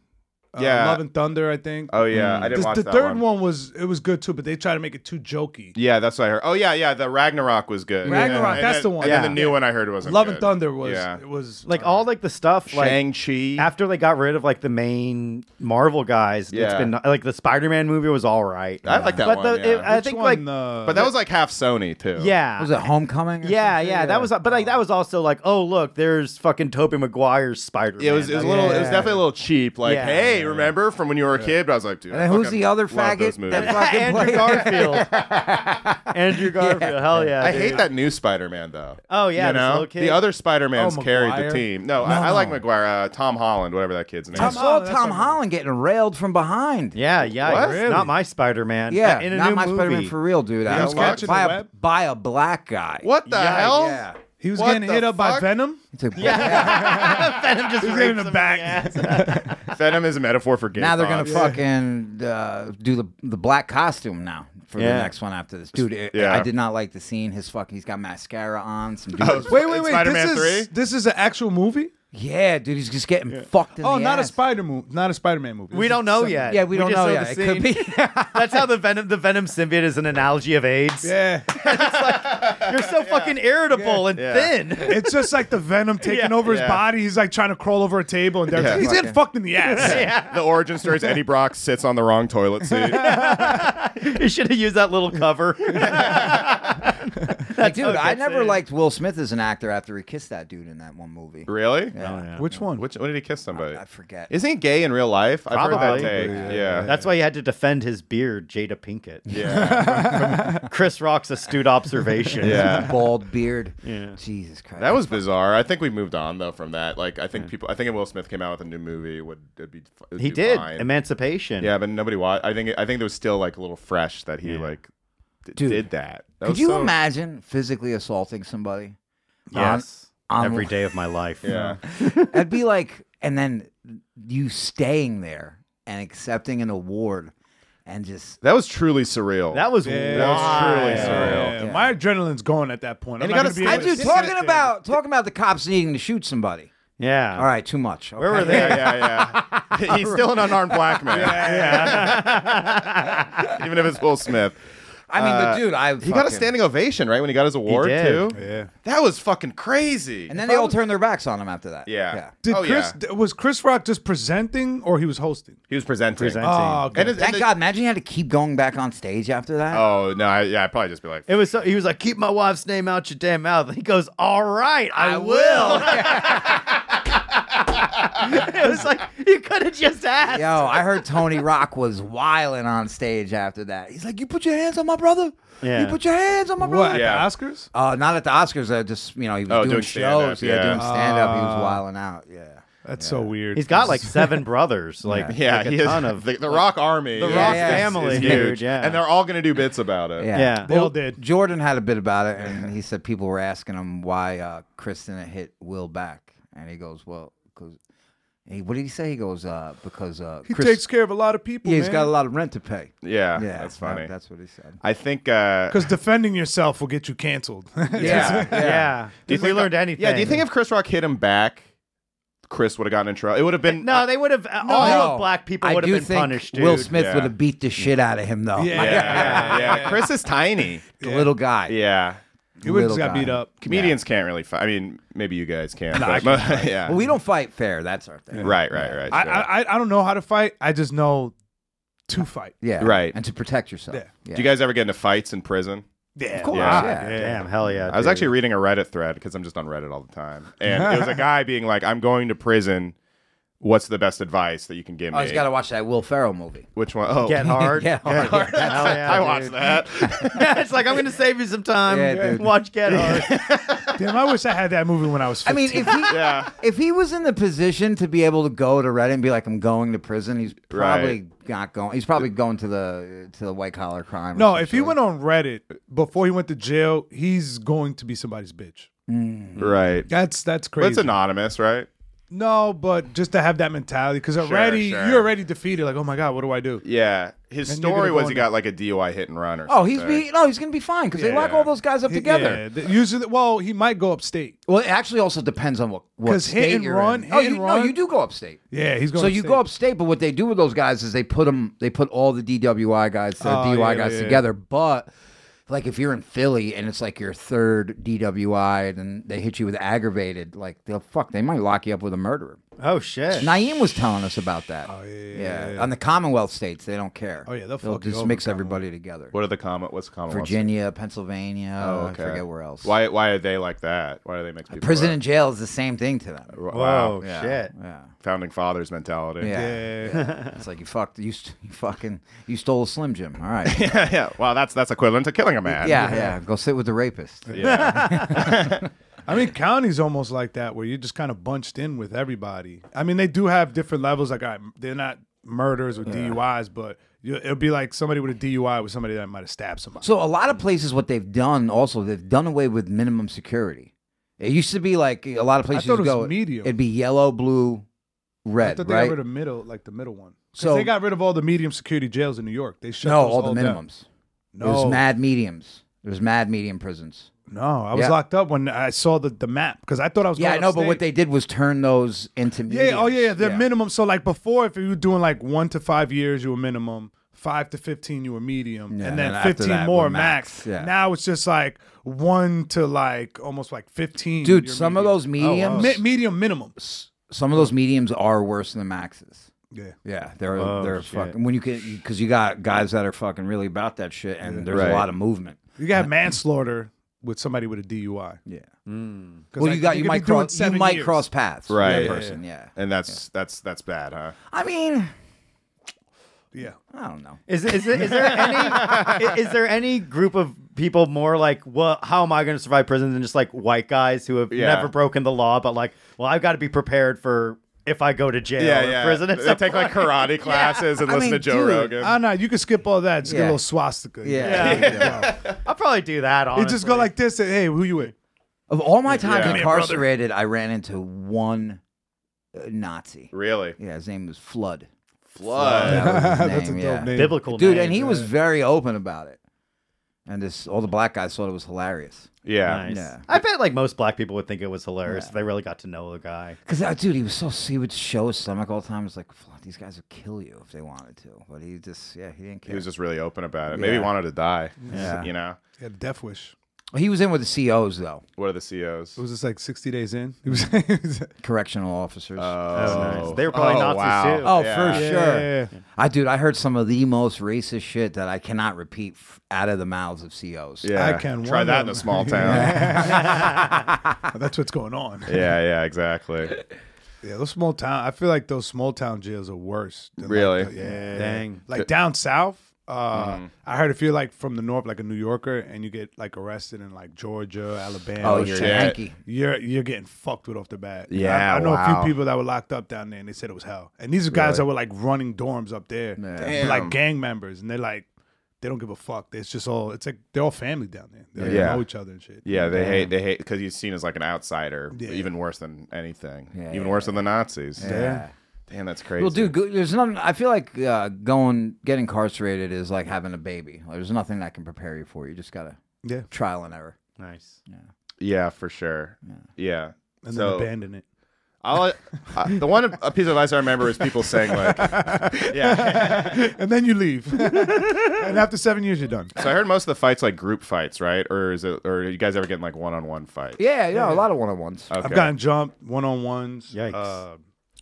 E: Uh,
A: Yeah.
E: Love and Thunder, I think.
A: oh yeah, I didn't
E: the
A: watch
E: the
A: that
E: third one. was it was good too, but they tried to make it too jokey.
A: Yeah, that's what I heard. Oh yeah, yeah, the Ragnarok was good.
E: Ragnarok,
A: Yeah. And
E: that's
A: then-
E: the one.
A: And
E: Yeah.
A: then the new one I heard wasn't.
E: Love
A: good.
E: and Thunder was
A: Yeah.
E: it was
C: like all like the stuff like
A: Shang Chi.
C: after they got rid of like the main Marvel guys. It's
A: Yeah.
C: been like the Spider-Man movie was all right.
A: I like that
C: but
A: one,
C: The,
A: yeah.
C: it- I
E: Which
C: think
E: one,
C: like
E: uh,
A: but that was like half Sony too.
C: yeah,
D: Was it Homecoming? or
C: Ah. yeah, yeah,
D: something?
C: That was but like that was also like oh look, there's fucking Tobey Maguire's Spider-Man.
A: It was, it was a little. It was
E: Yeah.
A: definitely a little cheap. Like,
C: Yeah.
A: hey, remember from when you were a kid? But I was like, dude.
D: And then who's the other
A: Those
D: faggot
A: movies.
D: that
C: [laughs]
D: fucking
C: Andrew
D: played-
C: Garfield. Andrew Garfield. Hell
A: [laughs]
C: yeah.
A: I
C: dude.
A: hate that new Spider-Man though.
C: Oh, yeah,
A: you
C: this
A: know
C: little kid.
A: the other Spider-Man's
E: Oh,
A: carried the
E: Maguire?
A: team. No, I, I
D: No.
A: like McGuire. Uh, Tom Holland, whatever that kid's name.
D: I
A: is.
E: Holland,
D: saw
E: that's
D: Tom
E: what-
D: Holland getting railed from behind.
C: Yeah, yeah,
A: What?
C: it's not my Spider-Man.
D: Yeah,
C: in a
D: not
C: new
D: my
C: movie.
D: Spider-Man for real, dude. I
A: was
D: was got
A: catching
E: the
D: by a
E: web?
D: by a black guy.
A: What the
D: Yeah,
A: hell?
D: Yeah.
E: he was
A: What
E: getting
A: the
E: hit up by
A: fuck?
E: Venom.
D: It's a- yeah.
C: Venom just
E: He was
C: rapes
E: in the
C: him
E: back.
C: ass.
A: Venom is a metaphor for gay.
D: Now they're gonna
A: thoughts.
D: fucking uh, do the the black costume now for the
C: Yeah.
D: next one after this, dude. It,
A: Yeah.
D: I did not like the scene. His fucking, he's got mascara on. Some dude,
E: Wait, wait, wait.
A: Spider-Man
E: this is
A: 3?
E: this is an actual movie.
D: yeah, dude, he's just getting fucked in
E: Oh,
D: the
E: not a
D: ass.
E: Spider movie. Not a Spider-Man movie.
C: We
E: This is
C: don't know
E: separate.
C: yet.
D: Yeah, we, don't
C: just
D: know yet.
C: the
D: It could
C: scene.
D: be.
C: [laughs]
D: [laughs]
C: That's how the Venom the Venom symbiote is an analogy of AIDS.
E: Yeah,
C: You're so fucking irritable and
A: Yeah.
C: thin. [laughs]
E: it's just like the Venom taking
C: Yeah.
E: over his
A: Yeah.
E: body. He's like trying to crawl over a table, and they're-
A: Yeah.
E: he's getting fucked in the ass.
A: The origin story is Eddie Brock sits on the wrong toilet [laughs] seat.
C: you should have used that little cover.
D: like, dude,
C: how it
D: I
C: gets
D: never
C: in.
D: liked Will Smith as an actor after he kissed that dude in that one movie.
A: really?
E: Which one?
A: Which when did he kiss somebody?
D: I forget.
A: Isn't he gay in real life? I've heard
C: Probably.
A: that take. Yeah.
C: That's why you had to defend his beard, Jada Pinkett.
A: yeah.
C: [laughs] Chris Rock's astute observation.
A: Yeah.
D: Bald beard. Yeah. Jesus Christ.
A: That was bizarre. I think we moved on though from that. Like I think people I think if Will Smith came out with a new movie it would it'd be it would
C: [laughs] He
A: do
C: did.
A: fine.
C: Emancipation.
A: Yeah, but nobody watched. I think I think it was still like a little fresh that he like d-
D: Dude,
A: did that. that
D: Could
A: was
D: you
A: so-
D: imagine physically assaulting somebody?
C: Yes.
D: On- on-
C: Every day of my life.
A: Yeah.
D: That'd be like, and then you staying there and accepting an award, and just
A: That was truly surreal.
C: That was
E: Yeah.
A: That was truly
C: wild.
A: surreal.
E: Yeah, My adrenaline's going at that point.
A: And
E: I'm
A: you
E: not
A: gotta
E: gonna be
A: I
D: I
E: able to
D: do
E: sit
D: talking
E: there.
D: about talking about the cops needing to shoot somebody.
C: Yeah.
D: All right, too much.
C: Uh, Where were
D: okay.
C: they?
A: yeah,
C: [laughs]
A: yeah, yeah. He's still an unarmed black man. [laughs] Even if it's Will Smith.
D: I mean,
A: Uh,
D: the dude,
A: He
D: I
A: got a
D: fucking-
A: standing ovation, right? When he got his award
C: did.
A: too.
E: Yeah.
A: That was fucking crazy.
D: and then they all turned their backs on him after that.
A: Yeah.
E: Did
A: Oh,
E: Chris
A: yeah.
E: was Chris Rock just presenting or he was hosting?
A: He was presenting.
C: Presenting.
E: Oh, okay.
A: And it-
D: Thank
A: and it-
D: God. Imagine you had to keep going back on stage after that.
A: Oh no! I, yeah, I'd probably just be like,
C: It was so he was like, keep my wife's name out your damn mouth. And he goes, All right, I, will. [laughs] it was like, you could have just asked.
D: Yo, I heard Tony Rock was wiling on stage after that. He's like, "You put your hands on my brother.
C: Yeah.
D: You put your hands on my
E: What
D: brother."
E: at
A: Yeah.
E: the Oscars?
D: Uh, not at the Oscars. Uh, just you know, he was
A: Oh,
D: doing,
A: doing stand-up,
D: shows. Yeah,
A: yeah.
D: doing stand up. he was
E: Ah.
D: wiling out. Yeah.
E: That's so weird.
C: He's
A: [laughs]
C: got like seven brothers. Like,
A: [laughs] yeah,
C: like a
A: he is-
C: ton
A: [laughs]
C: of.
A: the, the Rock Army,
C: The
A: is-
D: Rock
A: is-
C: family,
A: is
C: dude,
A: huge,
C: yeah.
A: and they're all gonna do bits about it.
D: Yeah.
C: Yeah.
E: They all did.
D: Jordan had a bit about it, and he said people were asking him why uh, Chris didn't hit Will back, and he goes, "Well, because he, what did he say? He goes, uh, because uh,
E: He
D: Chris,
E: takes care of a lot of people.
D: yeah, he's got a lot of rent to pay.
A: yeah,
D: yeah,
A: Ah, that's
D: that-
A: funny.
D: that's what he said.
A: I think. Uh,
E: because defending yourself will get you canceled. [laughs]
D: Yeah, uh,
C: yeah.
A: do you
C: If we
A: think-
C: learned anything.
A: Yeah, do you think if Chris Rock hit him back, Chris would have gotten in trouble. It would have been uh,
C: [laughs] No, they would have. all
D: uh, No.
C: of Oh, black people
D: I
C: would have
D: do
C: been
D: think
C: punished. Dude.
D: Will Smith
A: Yeah.
D: would have beat the shit out of him though.
E: Yeah.
A: Yeah, yeah, yeah. Chris is
C: [laughs]
A: tiny.
D: The little guy.
A: Yeah.
E: He would have just
D: Little
E: got
D: guy.
E: beat up.
A: Comedians can't really fight. I mean, maybe you guys can. but, [laughs] yeah.
D: Well, we don't fight fair. That's our thing.
A: right, right, right.
E: I,
A: so-
E: I I- I don't know how to fight. I just know
D: [laughs]
E: to fight.
D: Yeah.
A: Right.
D: And to protect yourself.
E: Yeah.
D: yeah.
A: Do you guys ever get into fights in prison?
E: Yeah. Of
D: course,
A: Yeah.
D: yeah.
C: Damn, hell yeah.
A: I was actually reading a Reddit thread because I'm just on Reddit all the time, and it
D: [laughs]
A: was a guy being like, "I'm going to prison. What's the best advice that you can give
D: I
A: me?"
D: just got to watch that Will Ferrell movie.
A: Which one? Oh,
C: Get hard.
D: Oh, [laughs] Get hard. [laughs]
C: Hell yeah,
A: I watched
C: dude.
A: that.
C: [laughs] it's like I'm gonna save you some time.
D: [laughs] Yeah, dude.
C: Watch Get Hard.
E: Damn, I wish I had that movie when I was
D: I
E: 15.
D: mean, if
E: [laughs]
D: he
A: yeah.
D: if he was in the position to be able to go to Reddit and be like, "I'm going to prison," he's probably not going. He's probably going to the to the white collar crime. or
E: no,
D: some
E: if he
D: shit.
E: went on Reddit before he went to jail, he's going to be somebody's bitch.
A: [laughs] Right.
E: That's that's
A: But
E: crazy.
A: it's anonymous, right?
E: no, but just to have that mentality because already
A: sure.
E: you're already defeated. Like, oh my god, what do I do?
A: Yeah. His
E: And you're
A: story
E: gonna
A: was
E: go
A: he
E: in-
A: got like a DUI hit and run or
D: Oh, he's
A: something.
D: be no, he's gonna be fine because they lock all those guys up together.
E: Yeah, the- usually, well, he might go upstate.
D: Well, it actually also depends on what what
E: 'Cause hit
D: state
E: and
D: you're in.
E: run, hit
D: oh, you,
E: and
D: no,
E: run.
D: you do go upstate.
E: Yeah, he's going.
D: So you
E: upstate.
D: go upstate, but what they do with those guys is they put them, they put all the DWI guys, the
E: Oh,
D: DUI
E: yeah,
D: guys
E: yeah.
D: together. But like if you're in Philly and it's like your third DWI, then they hit you with aggravated, like they'll fuck, they might lock you up with a murderer.
C: oh shit.
D: Naeem was telling us about that. Oh yeah, yeah, On the Commonwealth states, they don't care.
E: Oh, yeah, they'll
D: they'll
E: fuck you
D: just
E: over,
D: mix everybody together.
A: What are the comment? What's the comment?
D: Virginia, Pennsylvania,
A: Oh,
D: I forget where else.
A: Why? Why are they like that? Why do they make people
D: Prison
A: up?
D: and jail is the same thing to them.
A: Wow.
C: Whoa,
D: Yeah,
C: shit.
D: Yeah.
A: Founding fathers mentality.
D: Yeah. it's like you fucked. You, st- you fucking. You stole a Slim Jim. All right. Yeah.
A: [laughs] yeah, yeah. Wow, that's that's equivalent to killing a man.
D: Yeah. Go sit with the rapist.
E: I mean, county's almost like that where you're just kind of bunched in with everybody. I mean, they do have different levels. Like, I, they're not murders or DUIs, but you, it'll be like somebody with a DUI with somebody that might have stabbed somebody.
D: So a lot of places, what they've done also, they've done away with minimum security. It used to be like a lot of places
E: thought
D: you
E: it was
D: go.
E: medium.
D: It'd be yellow, blue,
E: I
D: red,
E: thought they
D: right?
E: got rid of middle, like the middle one. So
D: So-
E: they got rid of all the medium security jails in New York. They shut
D: no,
E: those
D: all the
E: down.
D: minimums.
E: No,
D: There's mad mediums. There's mad medium prisons.
E: no, I was
D: Yeah.
E: locked up when I saw the, the map because I thought I was.
D: Yeah, I
E: going
D: know, but what
E: upstate.
D: they did was turn those into mediums.
E: Yeah, oh yeah, yeah, the minimum. So like before, if you were doing like one to five years, you were minimum. Five to fifteen, you were medium,
D: Yeah, and
E: and then
D: then after
E: fifteen
D: that,
E: more
D: we're max,
E: max.
D: yeah.
E: Now it's just like one to like almost like fifteen.
D: Dude,
E: you're
D: some of
E: medium. Oh,
D: those mediums,
E: Me- medium minimums.
D: some of those mediums are worse than the maxes.
E: Yeah.
D: Yeah, they're
C: Oh,
D: they're
C: shit.
D: fucking when you can because you got guys that are fucking really about that shit, and there's
A: Right.
D: a lot of movement.
E: You got manslaughter with somebody with a DUI.
D: Yeah.
E: 'Cause,
D: Well,
E: like,
D: you got you,
E: could be
D: might
E: doing
D: cross you
E: seven
D: might
E: years.
D: cross paths, with
A: Right.
D: that
A: Yeah,
D: person, yeah.
A: And that's that's that's bad, huh?
D: I mean,
E: Yeah,
D: I don't know.
C: Is, is, there- is there any i-
A: [laughs]
C: is there any group of people more like well how am I going to survive prison than just like white guys who have
A: Yeah.
C: never broken the law but like well I've got to be prepared for if I go to jail
A: Yeah,
C: or
A: yeah.
C: prison at
A: they
C: some
A: take like karate classes and
D: I
A: listen
D: mean,
A: to Joe
D: dude,
A: Rogan.
E: I know. Ah, You can skip all that. Just get a
D: Yeah.
E: little swastika.
D: Yeah.
C: point. I'll probably do that.
E: [laughs] You
C: Honestly,
E: just go like this. And, hey, who you with?
D: Of all my times
A: Come here, brother.
D: incarcerated, I ran into one uh, Nazi.
A: really?
D: Yeah, his name was Flood.
A: Flood.
D: That was his
E: [laughs] That's a
D: name,
E: dope
D: yeah.
E: name.
C: biblical
D: Dude,
C: name.
D: and he was very open about it. And this, all the black guys thought it was hilarious.
A: Yeah.
C: Nice.
D: Yeah.
C: I bet like most black people would think it was hilarious if they really got to know the guy.
D: Cause uh, dude, he was so he would show his stomach all the time. It's like "Fuck, these guys would kill you if they wanted to, but he just yeah he didn't care.
A: He was just really open about it. Maybe he
D: Yeah.
A: wanted to die.
D: Yeah.
A: You know?
E: He had a death wish.
D: He was in with the COs though,
A: What are the CEOs?
E: It was just like sixty days in. [laughs] He was.
D: correctional officers.
C: Oh, nice. They were probably
A: oh,
C: Nazis,
A: wow.
C: too.
D: oh,
A: Yeah.
D: for
E: Yeah,
D: sure.
E: yeah,
D: I dude, I heard some of the most racist shit that I cannot repeat f- out of the mouths of E COs.
A: Yeah.
E: I can
A: try that in
E: wonder.
A: a small town.
E: Oh, That's what's going on.
A: yeah, yeah, exactly.
E: [laughs] Yeah, those small town. I feel like those small town jails are worse. than, like,
A: Really?
E: the- yeah.
C: Dang.
E: Like down south, uh, I heard if you're like from the north, like a New Yorker, and you get like arrested in like Georgia, Alabama,
D: Oh,
E: or
D: you're
E: shit,
A: shit.
D: Yankee.
E: you're you're getting fucked with off the bat.
A: Yeah,
E: I, I know a
A: wow.
E: few people that were locked up down there, and they said it was hell. And these are guys that were like running dorms up there,
D: Damn.
E: like gang members, and they're like. They don't give a fuck. It's just all. It's like they're all family down there. They
A: Yeah.
E: yeah. know each other and shit.
A: Yeah, they hate they hate because he's seen as like an outsider, even worse than anything,
D: Yeah,
A: even
D: yeah,
A: worse than the Nazis.
D: Yeah.
A: Damn, that's crazy.
D: Well, dude, go- there's nothing. I feel like uh, going getting incarcerated is like having a baby. Like, there's nothing that can prepare you for. it. You just gotta
E: Yeah.
D: trial and error.
C: Nice.
A: Yeah, for sure. Yeah.
E: And
A: so
E: then abandon it.
A: I'll, I, the one a piece of advice I remember is people saying like, yeah.
E: and then you leave. [laughs] and after seven years, you're done.
A: So I heard most of the fights like group fights, right? Or is it? Or are you guys ever getting like one on one fights?
D: Yeah, yeah, a lot of one on ones.
A: Okay.
E: I've gotten jumped one on ones.
C: Yikes.
E: Uh,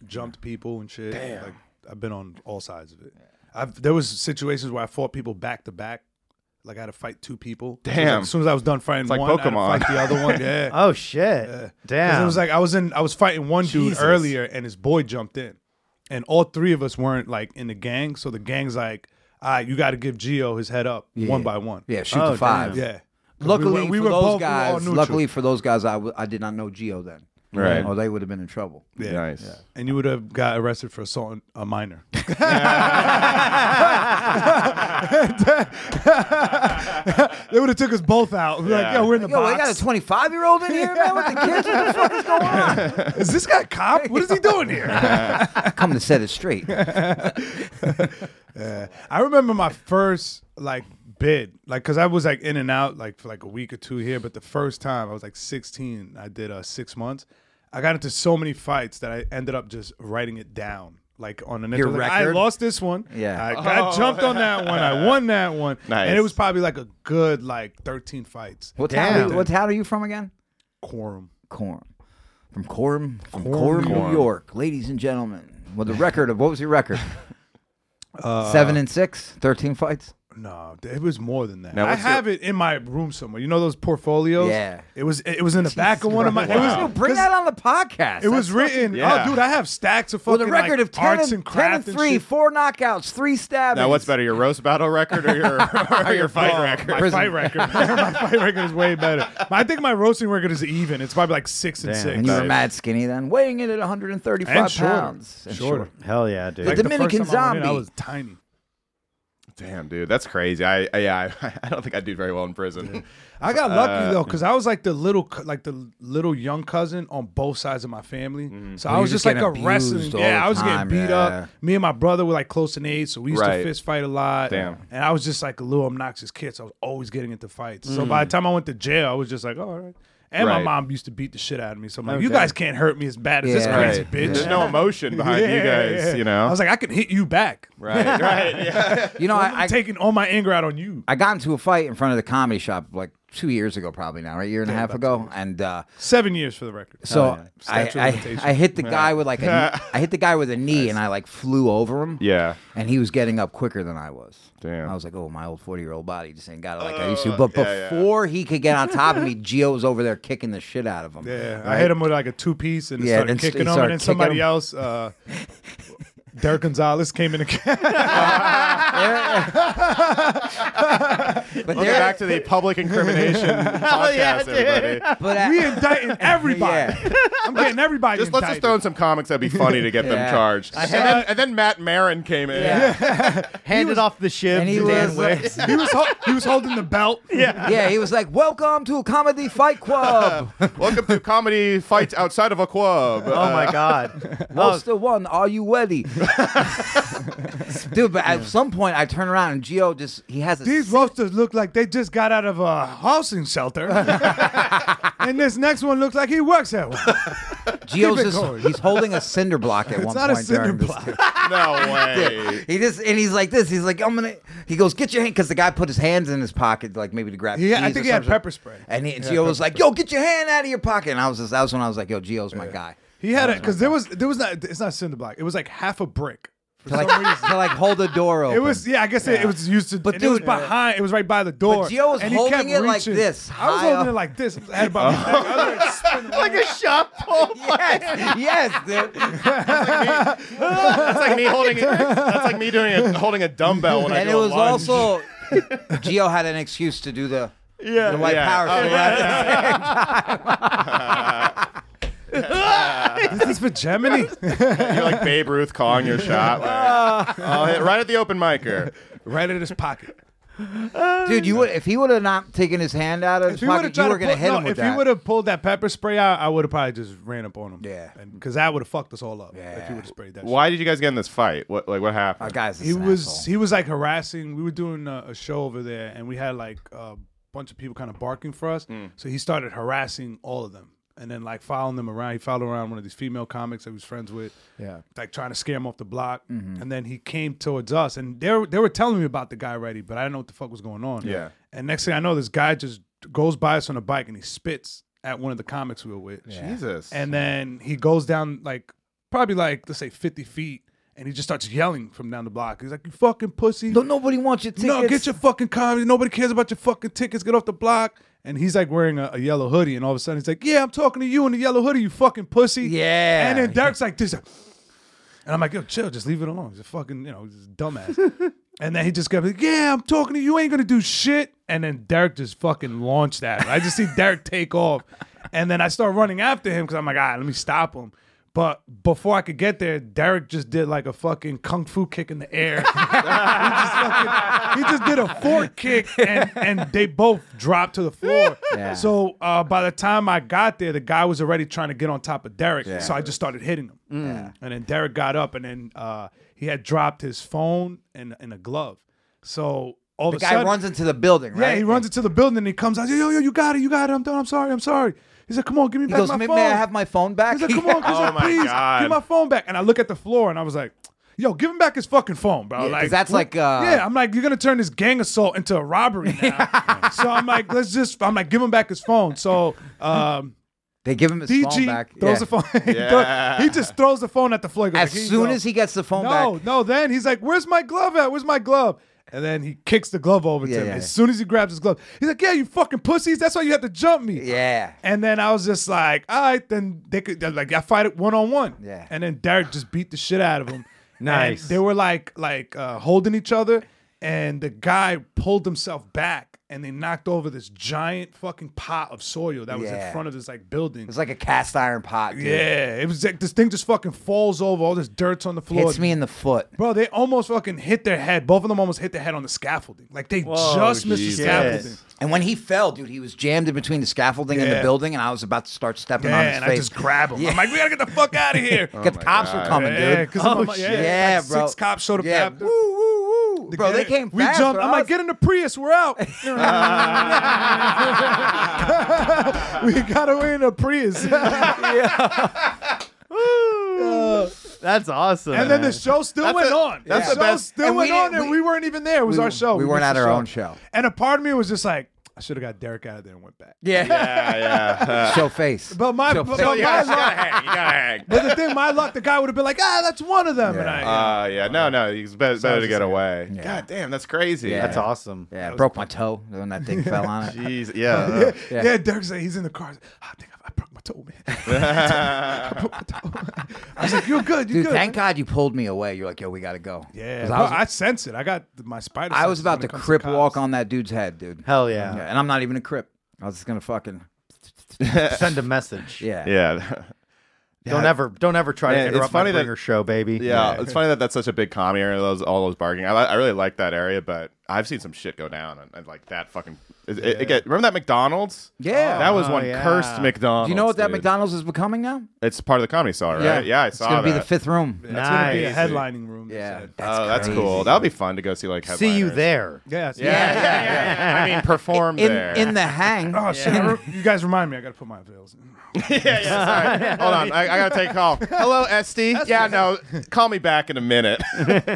E: jumped people and shit. Like I've been on all sides of it. I've there was situations where I fought people back to back. Like I had to fight two people. So, like,
A: Damn.
E: as soon as I was done fighting
A: like
E: one, I
A: Pokemon.
E: had to fight the other one. Yeah. 'Cause
C: Oh shit! Damn.
E: It was like I was in. I was fighting one dude earlier, and his boy jumped in, and all three of us weren't like in the gang. So the gang's like, "All right, you got to give Geo his head up one by one."
D: Yeah, shoot
C: Oh,
D: the five.
E: Yeah. 'Cause we
D: Luckily
E: were- we
D: for
E: were
D: those
E: both- we were all
D: guys,
E: neutral.
D: luckily for those guys, I, w- I did not know Geo then.
A: Right.
D: Or they would have been in trouble.
E: Yeah.
A: Nice.
E: and you would have got arrested for assaulting a [laughs] minor. they would have took us both out. We're Like,
A: Yeah.
E: yo, we're in the
D: Yo, I got a
E: box.
D: 25 year old in here, man, with the kids. What the fuck is going on?
E: is this guy a cop? What is he doing
D: [laughs]
E: here?
D: I come to set it straight.
E: I remember my first like bid, like, cause I was like in and out like for like a week or two here, but the first time I was like 16, I did uh six months. I got into so many fights that I ended up just writing it down. Like on the
D: Your
E: next, like, I
D: record?
E: lost this one.
D: Yeah.
E: I got
D: Oh.
E: jumped on that one. I won
D: [laughs]
E: that one.
A: Nice.
E: And it was probably like a good like 13 fights.
D: What town, are
E: Damn.
D: you, what town are you from again?
E: quorum.
D: Coram. From Coram? From Coram, New York. Ladies and gentlemen, with the record of what was your
E: [laughs]
D: record?
E: Uh,
D: Seven and six, 13 fights.
E: No, it was more than that.
A: Now,
E: I
A: what's your-
E: have it in my room somewhere. You know those portfolios?
D: Yeah.
E: It was it was
D: [laughs]
E: in the back of one of my. It was,
D: Yo, bring that on the podcast.
E: It was written.
A: Yeah.
E: Oh, dude, I have stacks of
D: with a
E: fucking
D: record
E: like,
D: of 10
E: arts
D: and,
E: and
D: 10 and
E: craft
D: three, [laughs]
E: shit.
D: four knockouts, three stabbings.
A: Now, what's better, your roast battle record or
E: [laughs]
A: your or your fight
E: Oh,
A: record?
E: My
D: Prison.
E: fight record. [laughs] my fight record is way better. I think my roasting record is even. It's probably like six and six.
D: And you were mad skinny then, weighing in at 135
E: And shorter.
D: pounds. And
E: Shorter.
C: Hell yeah, dude. [laughs]
E: Like, the
D: Dominican
E: first time I went in,
D: zombie.
E: I was tiny.
A: Damn, dude, that's crazy. I, I yeah, I, [laughs] I don't think I do very well in prison.
E: I got lucky
A: Uh,
E: though, because I was like the little, co- like the little young cousin on both sides of my family.
A: Mm-hmm.
E: So I
D: you
E: was
D: were just
E: just like a
D: getting
E: wrestling.
D: abused all
E: Yeah,
D: the
E: I was
D: time,
E: getting beat
D: yeah.
E: up. Me and my brother were like close in age, so we used
A: Right.
E: to fist fight a lot.
A: Damn.
E: And I was just like a little obnoxious kid, so I was always getting into fights. So by the time I went to jail, I was just like, oh, all right. And my
A: Mm. Right.
E: mom used to beat the shit out of me. So I'm like, you guys can't hurt me as bad as this
D: Yeah.
E: crazy
A: Right.
E: bitch.
A: There's no emotion behind you guys,
E: [laughs] Yeah.
A: you know.
E: I was like, I can hit you back.
A: right, right, yeah.
D: You know,
E: I'm
D: I, I,
E: taking all my anger out on you.
D: I got into a fight in front of the comedy shop like two years ago, probably now, right? Year and a half ago. And uh,
E: Seven years for the record.
A: Oh,
D: so
E: Statute of
D: I,
E: limitations.
D: I, I hit
A: [laughs]
D: the guy with like a, I hit the guy with a knee and I like flew over him.
A: Yeah.
D: And he was getting up quicker than I was.
A: Damn. Oh,
D: I was like, oh, my old 40 year old body just ain't got it like I used to. But
A: yeah, yeah.
D: before he could get on top of me, Gio was over there kicking the shit out of him.
E: Yeah, I
D: Right?
E: hit him with like a two piece and
D: Yeah,
E: started
D: and s-
E: kicking
D: he
E: him,
D: started
E: and
D: kicking
E: then somebody
D: him.
E: else, uh, Derek Gonzalez, came in again.
D: But
A: Welcome
D: there-
A: back
E: [laughs]
A: to the public incrimination
C: Oh,
A: podcast, everybody.
D: but
A: [laughs]
D: I-
E: we indicting everybody.
D: Yeah.
E: I'm getting everybody.
A: Just let's just throw in
E: indicted.
A: some comics that'd be funny to get them
D: Yeah.
A: charged. And then, and then Matt Marin came [laughs] in.
C: Handed off the ship.
D: and he
C: to Dan
D: was,
E: [laughs]
C: Wick.
E: he was ho- he was holding the belt. Yeah,
D: yeah, he was like, "Welcome to Comedy
A: [laughs]
D: Fight Club.
A: Welcome to comedy fights outside of a club. Uh,
C: oh my god.
D: What's
A: Oh.
D: the one? Are
A: [laughs]
D: you ready, dude?" But at some point, I turn around and Geo just—he has a
E: these roasters look like they just got out of a housing shelter, and this next one looks like he works at one.
D: Geo's
E: keep it going.
D: just—he's holding a cinder block at one
E: It's not a
D: point
E: cinder
D: during this
E: block.
D: thing.
A: No
E: [laughs]
A: way.
D: He just and he's like this. He's like, "I'm gonna." He goes, "Get your hand," because the guy put his hands in his pocket, like maybe to grab.
E: Yeah,
D: keys
E: I
D: or
E: think he had
D: something.
E: pepper spray.
D: And he, Gio was like, "Yo, get your hand out of your pocket." And I was just—that was when I was like, "Yo, Geo's my guy."
E: He had it because there was there was not it's not cinder block. It was like half a brick. For
D: To
E: some
D: like,
E: reason.
D: to like hold the door open.
E: It was yeah, I guess it, it was used to,
D: But
E: but it was
D: dude-
E: behind. It was right by the door.
D: But Gio was
E: and he
D: holding
E: kept
D: it like
E: reaching.
D: this,
E: I was
D: high
E: holding
D: up.
E: it like this. I had about my neck. I was like,
C: like a shot pole.
D: yes, [laughs] yes, dude.
A: That's like me holding. That's like me doing a, holding a dumbbell when I
D: and
A: do
D: it
A: a
D: was
A: lunge.
D: also Geo had an excuse to do the
A: yeah, Oh,
D: the white power thing.
E: this is for Gemini. [laughs]
A: You're like Babe Ruth calling your shot. Like,
D: [laughs]
A: I'll hit right at the open micer.
E: right in his pocket.
D: [laughs] Dude, you would if he would have not taken his hand out of his
E: If he would have
D: pocket, you
E: tried
D: were
E: to
D: gonna
E: pull,
D: hit
E: no,
D: him with
E: if
D: that.
E: he would have pulled that pepper spray out, I would have probably just ran up on him.
D: Yeah.
E: because that would have fucked us all up. if
D: Yeah.
E: he would have sprayed that.
A: Why did you guys get in this fight? What like what
D: Our
A: happened?
D: guy's
E: Shit. He was he was like harassing. We were doing a, a show over there, and we had like a bunch of people kind of barking for us. So he started harassing all of them. and then like following them around. He followed around one of these female comics that he was friends with.
G: Yeah.
E: Like trying to scare him off the block.
A: Mm-hmm.
E: And then he came towards us and they were, they were telling me about the guy already, but I didn't know what the fuck was going on.
A: Yeah.
E: And next thing I know, this guy just goes by us on a bike and he spits at one of the comics we were with.
A: Jesus.
E: And then he goes down like probably like let's say 50 feet and he just starts yelling from down the block. He's like, You fucking pussy.
D: Don't nobody wants your tickets.
E: No, get your fucking comedy. Nobody cares about your fucking tickets. Get off the block. And he's like wearing a, a yellow hoodie, and all of a sudden he's like, "Yeah, I'm talking to you in the yellow hoodie, you fucking pussy."
D: Yeah.
E: And then Derek's like, "This," and I'm like, "Yo, chill, just leave it alone. He's a fucking, you know, he's
D: [laughs]
E: a dumbass." and then he just kept like, "Yeah, I'm talking to you. you Ain't gonna do shit." And then Derek just fucking launched at him. I just see Derek take off, and then I start running after him because I'm like, "All right, let me stop him." But before I could get there, Derek just did like a fucking kung fu kick in the air. [laughs] he just did a fork kick and, and they both dropped to the floor.
D: Yeah.
E: So uh, by the time I got there, the guy was already trying to get on top of Derek. So I just started hitting him.
D: Mm.
E: And then Derek got up and then uh, he had dropped his phone and, and a glove. So all
D: The
E: of a
D: guy
E: sudden,
D: runs into the building, right?
E: yeah, he runs into the building and he comes out. Yo, yo, you got it, you got it. I'm done. I'm sorry, I'm sorry. He's like, come on, give me
D: He
E: back
D: goes,
E: my
D: may,
E: phone.
D: may I have my phone back?
E: He's
D: [laughs]
E: like, come on, he's
A: Oh
E: like,
A: my
E: please,
A: God.
E: give my phone back. And I look at the floor and I was like, yo, give him back his fucking phone, bro.
D: Yeah, 'cause
E: like,
D: that's
E: what-
D: like, uh,
E: yeah, I'm like, you're gonna turn this gang assault into
D: [laughs]
E: a robbery now. so I'm like, let's just, I'm like, give him back his phone. So um,
D: They give him his phone
E: DG
D: back.
E: throws
D: Yeah.
E: the phone. [laughs] he, throw-
A: Yeah.
E: he just throws the phone at the floor. He goes,
D: As
E: "Here you
D: soon
E: go."
D: as he gets the phone
E: no,
D: back,
E: no, then he's like, where's my glove at? Where's my glove? And then he kicks the glove over
D: Yeah,
E: to him.
D: yeah.
E: As soon as he grabs his glove, he's like, yeah, you fucking pussies. That's why you had to jump me.
D: yeah.
E: And then I was just like, all right, then they could they're like I fight it one on one.
D: Yeah.
E: And then Derek just beat the shit out of
D: [sighs]
E: him. And
C: Nice.
E: they were like like uh, holding each other, and the guy pulled himself back, and they knocked over this giant fucking pot of soil that was
D: Yeah.
E: in front of this like building.
D: It's like a cast iron pot. Dude.
E: yeah, it was like this thing just fucking falls over. All this dirt's on the floor.
D: Hits me in the foot.
E: Bro, they almost fucking hit their head. Both of them almost hit their head on the scaffolding. Like they just missed
A: Jesus.
E: the scaffolding.
D: And when he fell, dude, he was jammed in between the scaffolding and the
E: Yeah.
D: building, and I was about to start stepping
E: Yeah,
D: on his
E: and
D: face.
E: I just grab him. I'm like, we gotta get the fuck
D: [laughs]
E: out of here.
D: Get
A: Oh
D: the cops were coming,
E: Yeah,
D: dude.
E: because yeah,
D: Yeah,
E: like
D: bro.
E: Six cops showed up
D: Yeah.
E: after.
D: Woo, woo, woo. Bro,
E: Yeah.
D: they came
E: We
D: fast.
E: jumped.
D: bro.
E: I'm
D: I
E: like,
D: was-
E: get in the Prius. We're
D: [laughs]
E: out. [laughs] we got away in a Prius. [laughs] and
C: That's awesome.
E: then
C: man.
E: the show still
A: That's
E: went
A: the-
E: on.
A: that's
E: the
A: the
E: show
A: best-
E: still
D: And we
E: went on,
D: didn't-
E: and
D: we-
E: we weren't even there. It was
D: we-
E: our show.
D: we weren't
E: missed
D: at
E: the
D: our own show.
E: And a part of me was just like, I should have got Derek out of there and went back.
D: [laughs] yeah.
A: yeah, yeah. [laughs]
D: Show face.
E: But my,
D: Show
E: but,
D: face.
E: but
A: you,
E: my
A: gotta, you
E: luck,
A: gotta hang. You gotta hang.
E: but the thing, my luck, the guy would have been like, ah, that's one of them. And
D: Yeah.
E: I,
A: Uh, yeah, no, no, it's better, better to
E: just
A: get
E: like-
A: away.
D: Yeah.
A: God damn, that's crazy.
D: Yeah.
C: That's awesome.
D: yeah, broke my toe when that thing fell
E: [laughs]
D: on it.
A: Jeez,
D: [laughs]
A: yeah. uh,
E: yeah.
D: Yeah.
E: Derek's like, he's in the car. He's like, "Ah, I think I, I broke my toe, man. [laughs]
A: yeah.
E: I broke my toe. I was like, you're good. You're
D: Dude,
E: good.
D: thank God you pulled me away. You're like, yo, we gotta go. 'Cause
E: Yeah,
D: I was,
E: I, sense it. I got th- my spider.
D: I was
E: senses
D: about
E: when
D: to
E: it comes
D: crip
E: cops.
D: walk on that dude's head, dude.
C: Hell yeah.
D: Yeah, and I'm not even a crip. I was just gonna fucking
C: Send a message.
D: yeah. [laughs]
A: yeah.
C: Don't ever don't ever try
A: Man,
C: to
A: it's
C: interrupt
A: funny that-
C: my bringer show, baby.
A: it's funny that that's such a big commie area. Those all those barking. I, li- I really like that area, but I've seen some shit go down and, and like that fucking. It, it- it get- remember that McDonald's?
D: Yeah.
A: that was
C: Oh,
A: one
C: yeah.
A: cursed McDonald's.
D: Do you know what that
A: dude.
D: McDonald's is becoming now?
A: It's part of the comedy store, right? Yeah, I
D: it's
A: saw
D: gonna
A: that.
D: be the fifth room. Yeah,
E: It's gonna be a
C: Nice.
E: headlining room. they said.
D: that's,
A: oh, that's
D: crazy.
A: cool. That'll be fun to go see like.
C: See you
A: headliners.
C: there.
E: Yeah. it's-
A: Yeah, yeah, yeah, yeah. I
D: [laughs]
A: mean, perform
D: in
A: there.
D: in the hang.
E: [laughs] Oh shit! I re- you guys remind me. I gotta put my veils. in.
A: yeah, yeah. Sorry. Hold on. I, I gotta take a
D: [laughs]
A: call. Hello, Esty. Yeah, no. Call me back in a minute.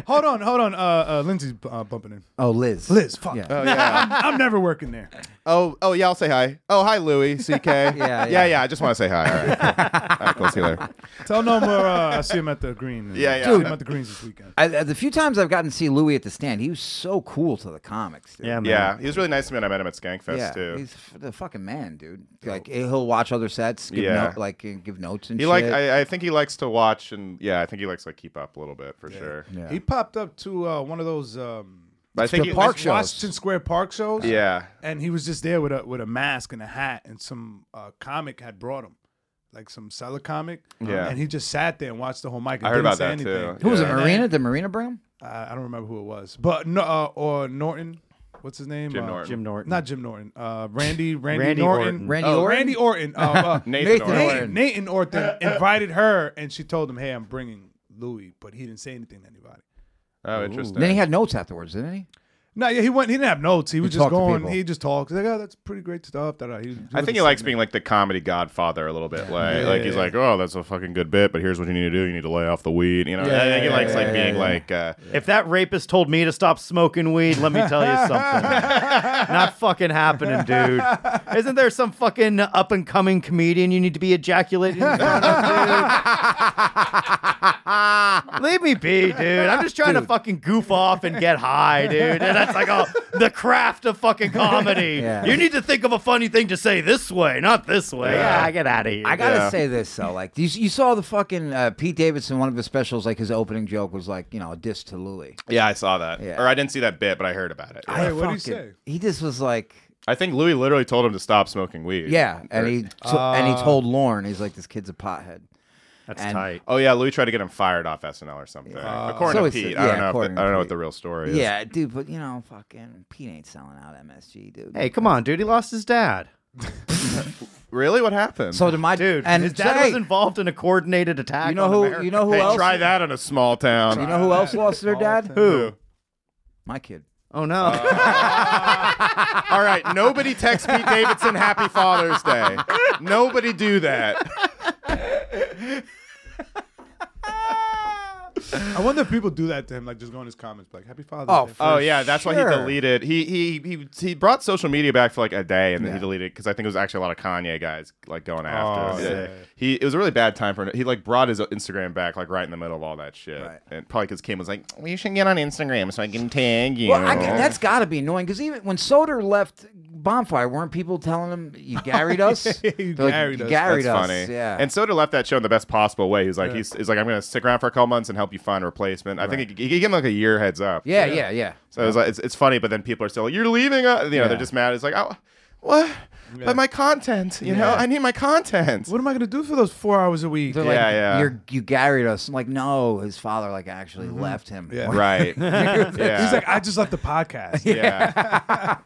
E: Hold on, hold on. Uh, uh Lindsay's uh, bumping in.
D: Oh, Liz.
E: Liz, fuck.
D: Yeah.
A: oh yeah.
E: I'm never working there.
A: [laughs] Oh, oh yeah. I'll say hi. Oh, hi, Louie. CK. yeah,
D: [laughs] yeah.
A: yeah, yeah. I just want to say hi. All right. Cool.
D: [laughs]
A: All right. Cool. See you later.
E: Tell no more. Uh, I see him at the green.
A: Yeah, yeah.
E: I see
A: Dude.
E: him at the greens this weekend.
D: I, uh, the few times I've gotten to see Louis at the stand, he was so cool to the comics. Dude.
C: Yeah, man.
A: Yeah, he was really nice to me when I met him at Skankfest
D: yeah.
A: too.
D: He's f- the fucking man, dude. Like eh, he'll watch other sets, give
A: Yeah.
D: no, like uh, give notes and
A: He
D: shit.
A: like I, I think he likes to watch and yeah, I think he likes to like, keep up a little bit for sure.
D: Yeah.
E: He popped up to uh, one of those um,
A: But I think
D: the
A: he,
D: park shows.
E: Washington Square Park shows.
A: Yeah.
E: and he was just there with a with a mask and a hat, and some uh, comic had brought him, like some seller comic.
A: Yeah.
E: and he just sat there and watched the whole mic. And
A: I heard
E: didn't
A: about
E: say
A: that
E: anything.
A: too.
D: Who was it?
A: Yeah.
D: Marina? Did Marina bring him?
E: I, I don't remember who it was, but no, uh, or Norton. What's his name?
A: Jim
E: Uh,
A: Norton.
C: Jim Norton.
E: Not Jim Norton. Uh,
D: [laughs]
E: Randy. Randy,
C: Randy
E: Norton.
C: Orton.
D: Randy
A: Oh,
D: Orton.
E: Randy Orton. Uh, uh,
A: [laughs] Nathan,
D: Nathan
A: Orton.
D: Orton.
E: Nathan, Nathan Orton invited her, and she told him, "Hey, I'm bringing Louis," but he didn't say anything to anybody.
A: Oh, interesting.
D: Then he had notes afterwards, didn't he?
E: No, yeah, he went. He didn't have notes. He was just
D: talked to
E: going.
D: people.
E: He just talked. He's like, oh, that's pretty great stuff. That I, he,
A: I think he likes being like the comedy godfather a little bit. Like, like he's like, oh, that's a fucking good bit, but here's what you need to do. You need to lay off the weed. You know, I think he likes like being like, uh,
C: If that rapist told me to stop smoking weed, let me tell [laughs] you something. Not fucking happening, dude. Isn't there some fucking up and coming comedian you need to be ejaculating? in front of, dude? Leave me be, dude. I'm just trying to fucking goof off and get high, dude. And that's like oh, the craft of fucking comedy.
D: Yeah.
C: You need to think of a funny thing to say this way, not this way. Yeah, get out of here.
D: I gotta
A: Yeah.
D: say this though, like you, you saw the fucking uh, Pete Davidson one of his specials, like his opening joke was like you know a diss to Louis.
A: yeah, I saw that,
D: Yeah.
A: or I didn't see that bit, but I heard about it. Yeah.
E: Hey, what did he say?
D: Fucking- He just was like,
A: I think Louis literally told him to stop smoking weed.
D: yeah, and he to- and he told Lauren, he's like, this kid's a pothead.
C: That's
D: And-
C: tight.
A: Oh yeah, Louis tried to get him fired off SNL or something. according
D: So
A: to
D: it's-
A: Pete,
D: yeah,
A: I don't know. If
D: according
A: the, I don't
D: to
A: know what
D: Pete.
A: the real story is.
D: Yeah, dude, but you know, fucking Pete ain't selling out MSG, dude.
C: Hey, come on, dude. He lost his dad.
A: Really, what happened?
D: so to my
C: Dude,
D: and
C: his dad
D: hey,
C: was involved in a coordinated attack.
D: You know
C: on
D: who?
C: America.
D: You know who
A: hey,
D: else?
A: try that in a small town.
D: You know who else lost their dad?
A: who?
D: My kid.
C: Oh no.
D: [laughs]
A: All right, nobody text Pete Davidson Happy Father's
D: [laughs]
A: Day. Nobody do that.
E: I wonder if people do that to him, like just go in his comments, like "Happy Father's
D: Oh,
E: Day."
A: Oh yeah, that's why he
D: sure.
A: deleted. He he he he brought social media back for like a day, and then he deleted because I think it was actually a lot of Kanye guys like going after.
E: Oh,
A: him.
E: yeah.
A: He it was a really bad time for him. He like brought his Instagram back like right in the middle of all that shit,
D: Right.
A: and probably because Kim was like, "Well, you should get on Instagram so I can tag you."
D: Well, I, g- that's got to be annoying because even when Soder left Bonfire, weren't people telling him you garried us?
E: yeah, you
D: They're like,
E: garried
D: "You
E: us."
D: garried
A: That's
D: us."
A: funny.
D: Yeah.
A: And Soda left that show in the best possible way. He's like, he's, he's like, I'm gonna stick around for a couple months and help you find a replacement. I think he, he gave him like a year heads up.
D: yeah, yeah, yeah.
A: So it's like it's, it's funny, but then people are still like, "You're leaving," uh, you know, they're just mad. It's like, "Oh, what?" But my content, you know, I need my content.
E: [laughs] What am I gonna do for those four hours a week?
D: They're
A: Yeah,
D: like,
A: yeah.
D: You're, you garried us. I'm like, no, his father like actually
A: Mm-hmm.
D: left him.
E: Yeah.
A: Right? yeah.
E: He's like, I just left
D: [laughs]
E: the podcast.
A: yeah.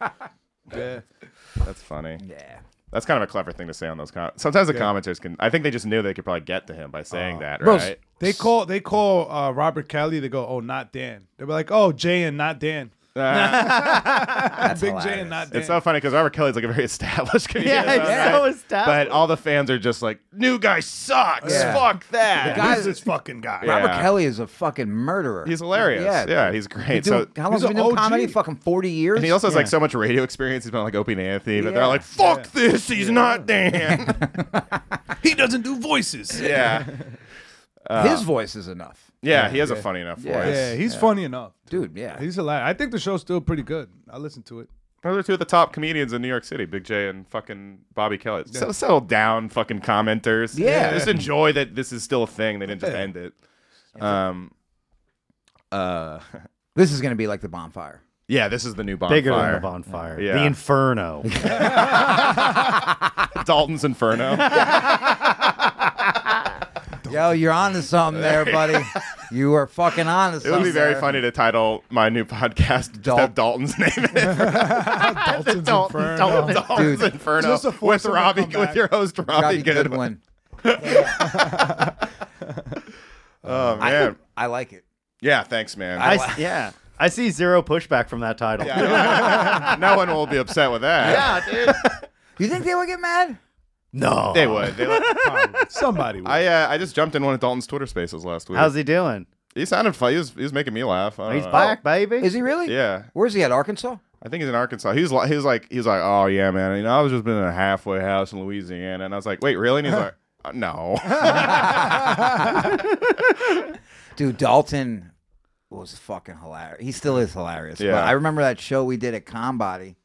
A: That's funny.
D: Yeah.
A: That's kind of a clever thing to say on those comments. Sometimes the commenters can. I think they just knew they could probably get to him by saying that,
D: Bro,
A: right?
E: They call they call uh, Robert Kelly. They go, "Oh, not Dan." They were like, "Oh, Jay and
A: [laughs]
E: not Dan."
D: That's
E: Big Jay
D: hilarious.
E: and not Dan.
A: It's so funny because Robert Kelly's like a very [laughs] established comedian.
C: Yeah, he's so established.
A: But all the fans are just like, "New guy sucks.
D: Yeah.
A: Fuck that."
D: Guys-
E: Who's this fucking guy?
A: Yeah.
D: Robert Kelly is a fucking murderer.
A: He's hilarious. Yeah,
D: dude.
A: he's
D: He
A: great.
D: do-
A: so
D: how long has
E: he's
D: he
E: an
D: been doing
E: OG.
D: comedy? Fucking forty years.
A: And he also has like so much radio experience. He's been like Opie and Anthony, but they're
D: Yeah.
A: like, "Fuck this, he's not Dan."
E: He doesn't do voices.
A: yeah. uh,
D: His voice is enough,
A: yeah, he has a funny enough
D: Yeah.
A: voice.
E: Yeah, he's funny enough.
D: dude. Yeah.
E: He's hilarious. I think the show's still pretty good. I listen to it.
A: Those are two of the top comedians in New York City, Big J and fucking Bobby Kelly. So settle down, fucking commenters.
D: Yeah.
A: just enjoy that this is still a thing. They didn't just end it. Um, uh,
D: this is gonna be like the bonfire.
A: yeah, this is the new bonfire.
C: Bigger than the bonfire.
A: Yeah.
C: The [laughs] inferno.
A: Dalton's Inferno.
D: Yo, you're on to
A: [laughs]
D: something there, buddy. you are fucking on to
A: it
D: something.
A: would be very
D: there.
A: funny to title my new podcast just
D: Dal-
A: have Dalton's name in it.
E: Dalton's
A: Dalton,
E: Inferno.
A: Dalton, Dalton's
D: Dude.
A: Inferno
E: Just a
A: with
E: forcible
A: Robbie,
E: comeback.
A: with your host Robbie,
D: Robbie
A: Goodwin.
D: Goodwin.
A: Oh
D: I,
A: man,
D: I like it.
A: yeah, thanks, man.
C: I s- yeah. I see zero pushback from that title.
D: [laughs]
A: Yeah, no one will be upset with that.
C: dude.
D: You think they would get mad?
C: [laughs] no.
A: They would. They would.
E: Somebody. would.
A: [laughs] I uh, I just jumped in one of Dalton's Twitter Spaces last week.
C: How's he doing?
A: he sounded funny. He was, he was making me laugh. I don't
C: He's
A: know.
C: back, baby.
D: Uh, oh. Is he really?
A: Yeah,
D: Where's he at? Arkansas?
A: I think he's in Arkansas. He was like, he was like, he was like, oh yeah, man. You know, I was just been in a halfway house in Louisiana, and I was like, wait, really? And he's like, uh, no.
D: Dude, Dalton was fucking hilarious. He still is hilarious.
A: Yeah.
D: But I remember that show we did at Combody.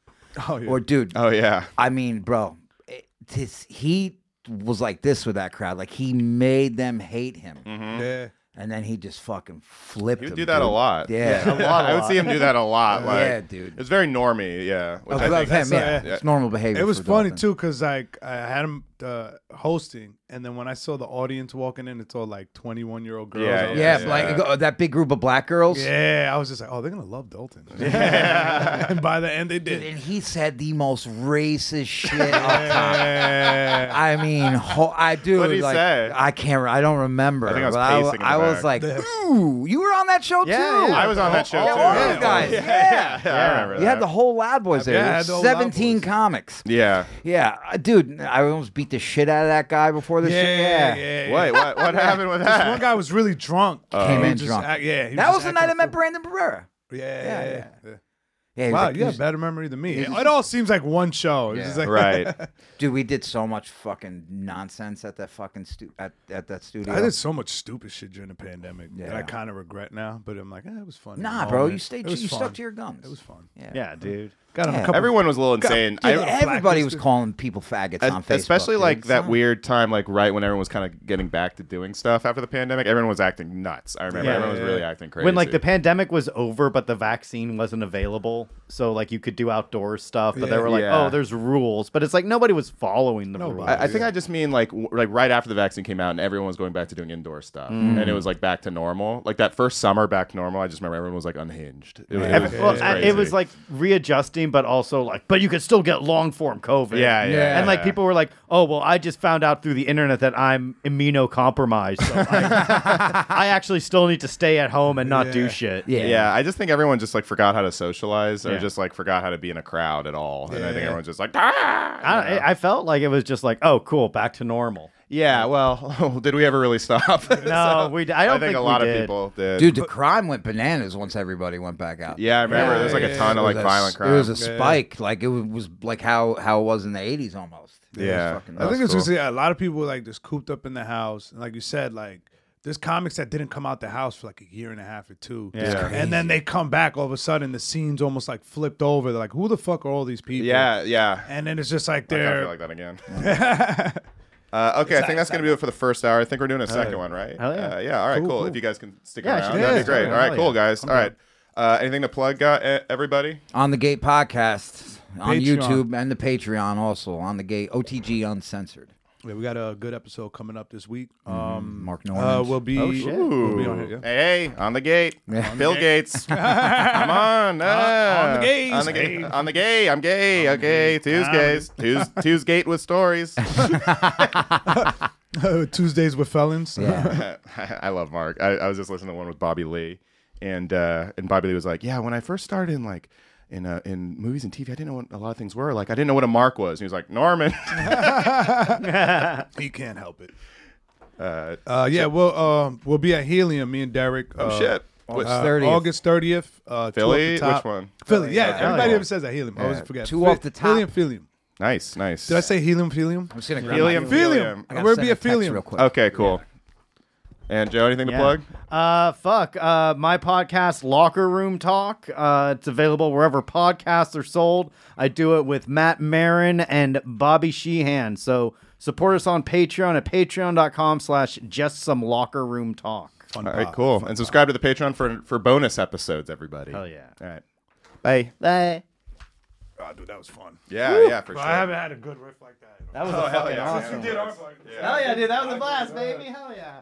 E: Oh, yeah.
D: Or dude,
A: oh yeah.
D: I mean, bro, it, this, he was like this with that crowd. Like he made them hate him,
E: yeah.
D: and then he just fucking flipped.
A: Mm-hmm. He would
D: them,
A: do that a
D: dude.
A: lot.
D: Yeah.
A: [laughs]
D: [laughs]
A: I would see him do that a lot. Like,
D: Yeah, dude.
A: It's very normy. Yeah. Which
D: I love him.
E: that's,
D: Yeah.
E: uh,
D: it's normal behavior.
E: It was
D: for
E: funny
D: Dalton.
E: too because like I had him uh, hosting, And then when I saw the audience walking in, it's all like 21 year old girls.
A: Yeah,
E: I was
D: Yeah,
E: like,
D: black, oh, that big group of black girls.
E: yeah. I was just like, oh, they're gonna love
D: [laughs]
E: Dalton. and by the end, they
D: Dude,
E: did.
D: and he said the most racist
E: [laughs]
D: shit. of time.
E: Yeah.
D: I mean, ho- I do.
A: What'd he
D: like,
A: say?
D: I can't. re- I don't remember.
A: I think I was
D: but
A: pacing
D: wa-
A: in the
D: I was
A: back.
D: like, ooh, you were on that show
C: Yeah,
D: too.
C: yeah.
A: I was on that show
D: Yeah, Oh,
A: too.
D: all those guys. Yeah.
A: [laughs] yeah, I remember
D: You had
A: that.
D: the whole Loud Boys there.
E: Yeah, I
D: There
E: had the
D: was
E: whole Loud
D: 17
E: Boys.
D: comics.
A: yeah.
D: Yeah, I- dude, I almost beat the shit out of that guy before this shit.
E: yeah,
D: Yeah.
E: yeah, yeah.
A: Wait, what? What happened with that?
E: This one guy was really drunk.
D: Came
E: He
D: in
E: just
D: drunk.
E: act- yeah, he
D: that
E: just
D: was the
E: acting
D: night I met
E: fool.
D: Brandon Pereira.
E: Yeah,
D: Yeah,
E: yeah,
D: yeah.
E: yeah. yeah.
D: Yeah, he was
E: Wow,
D: like,
E: you
D: he
E: have
D: was-
E: better memory than me. It, it all seems like one show. It's
D: Yeah.
E: just like,
A: Right.
D: dude, we did so much fucking nonsense at that fucking stu- at, at that studio.
E: [laughs] I did so much stupid shit during the pandemic that
D: Yeah.
E: I kind of regret now. But I'm like, eh, it was fun. in the
D: Nah, bro,
E: moment.
D: you stayed.
E: It was
D: You
E: fun.
D: stuck to your guns.
E: It was fun.
D: Yeah.
C: Yeah, dude.
E: Got on
D: Yeah.
E: a couple.
A: Everyone was a little insane.
D: Dude,
A: I-
D: everybody was calling people faggots on Facebook,
A: especially
D: dude.
A: like
D: It's
A: that
D: not-
A: weird time, like right when everyone was kind of getting back to doing stuff after the pandemic. Everyone was acting nuts. I remember
C: Yeah.
A: everyone was really acting crazy.
C: When like the pandemic was over, but the vaccine wasn't available, so like you could do outdoor stuff, but they were like,
A: Yeah.
C: "Oh, there's rules," but it's like nobody was following the rules.
A: I, I think I just mean like w- like right after the vaccine came out and everyone was going back to doing indoor stuff
C: Mm.
A: and it was like back to normal. Like that first summer back to normal, I just remember everyone was like unhinged. It was, it
C: Every-
A: was-
C: well,
A: it was
C: I- it
A: crazy.
C: was like readjusting, but also like, but you could still get long form COVID.
A: Yeah, yeah,
C: And like
A: yeah.
C: people were like, "Oh, well, I just found out through the internet that I'm immunocompromised. So I, [laughs] I actually still need to stay at home and not do shit."
D: Yeah.
A: yeah. I just think everyone just like forgot how to socialize or
C: Yeah.
A: just like forgot how to be in a crowd at all. And I think
E: Yeah.
A: everyone's just like, ah!
C: I, I felt like it was just like, "Oh, cool, back to normal."
A: yeah. Well, [laughs] did we ever really stop? [laughs]
C: No, we. I don't
A: think, a
C: we
A: lot
C: did.
A: of people did.
D: dude. The crime went bananas once everybody went back out.
A: Yeah, I remember
E: Yeah,
A: there was like
E: yeah,
A: a ton
D: It
A: of
D: was
A: like
D: a-
A: violent crime.
D: It was a spike, like it was, was like how how it was in the eighties almost. It was
A: Yeah.
D: fucking
E: I
D: nuts.
E: think it's just yeah, a lot of people were like just cooped up in the house, and like you said, like there's comics that didn't come out the house for like a year and a half or two,
C: It's Yeah.
E: and then they come back all of a sudden. The scene's almost like flipped over. They're like, who the fuck are all these people?
A: yeah, yeah.
E: and then it's just like
A: I kind of
E: they're
A: feel like that again. [laughs] uh, okay, I think that's going to do it for the first hour. I think we're doing a second one, right?
C: hell yeah.
A: Uh, yeah, all right, cool.
E: Cool, cool.
A: If you guys can stick
C: Yeah, I
A: around,
C: should-
A: that'd
E: yeah,
A: be great.
C: yeah,
A: all right,
C: hell
A: cool,
C: yeah.
A: guys. All right. Uh, anything to plug, gu- eh, everybody?
D: on the Gate podcast on
E: Patreon.
D: YouTube and the Patreon also on the Gate OTG uncensored.
E: Yeah, we got a good episode coming up this week. Um,
D: Mark
E: uh,
D: Norman.
E: we'll be.
C: Oh, shit.
E: We'll be on here. Yeah.
A: Hey, hey, on the gate.
D: Yeah.
A: Bill Gates. [laughs] Come on.
E: on the
A: uh,
E: gays.
A: On the gate. On the gay. I'm gay. okay. Tuesdays. Tues, Tuesgate with stories.
E: [laughs] Tuesdays with felons.
D: yeah.
A: [laughs] I love Mark. I, I was just listening to one with Bobby Lee, and uh, and Bobby Lee was like, "Yeah, when I first started in like in uh, in movies and TV, I didn't know what a lot of things were. Like, I didn't know what a mark was." And he was like, "Norman."
E: [laughs]
A: [laughs]
E: He can't help it.
A: Uh,
E: Uh, yeah, well, um, we'll be at Helium. Me and Derek.
A: oh
E: uh,
A: shit.
D: August
E: uh,
D: 30th.
E: August 30th. Uh, two
A: Philly?
E: off the top.
A: Which one?
E: Philly. Yeah,
D: Philly.
E: everybody
D: Yeah.
E: ever says that Helium. I always
D: Yeah.
E: forget.
D: Two
E: Phi-
D: off the top.
E: Helium, Philium.
A: Nice, nice.
E: Did I say Helium, Philium?
D: I'm just
E: [laughs]
D: gonna grab
A: Helium?
D: my-
A: Helium.
D: I gotta
E: We're
D: send
E: be
D: a
E: at
D: text
E: Helium.
D: real quick.
A: Okay, cool. And Joe, anything to plug?
C: Uh, fuck. Uh, my podcast, Locker Room Talk. Uh, it's available wherever podcasts are sold. I do it with Matt Marin and Bobby Sheehan. So support us on Patreon at patreon.com slash just some locker room talk.
E: Fun
A: All right,
E: pop.
A: cool. And subscribe to the Patreon for for bonus episodes, everybody.
C: Hell yeah.
A: All right.
C: Bye. Bye.
E: Oh, dude, that was fun.
A: Yeah, yeah, for sure. Oh,
E: I haven't had a good riff like that.
C: That was a fucking awesome.
E: You did our part.
C: Hell yeah, dude. That was a blast, baby. Hell yeah.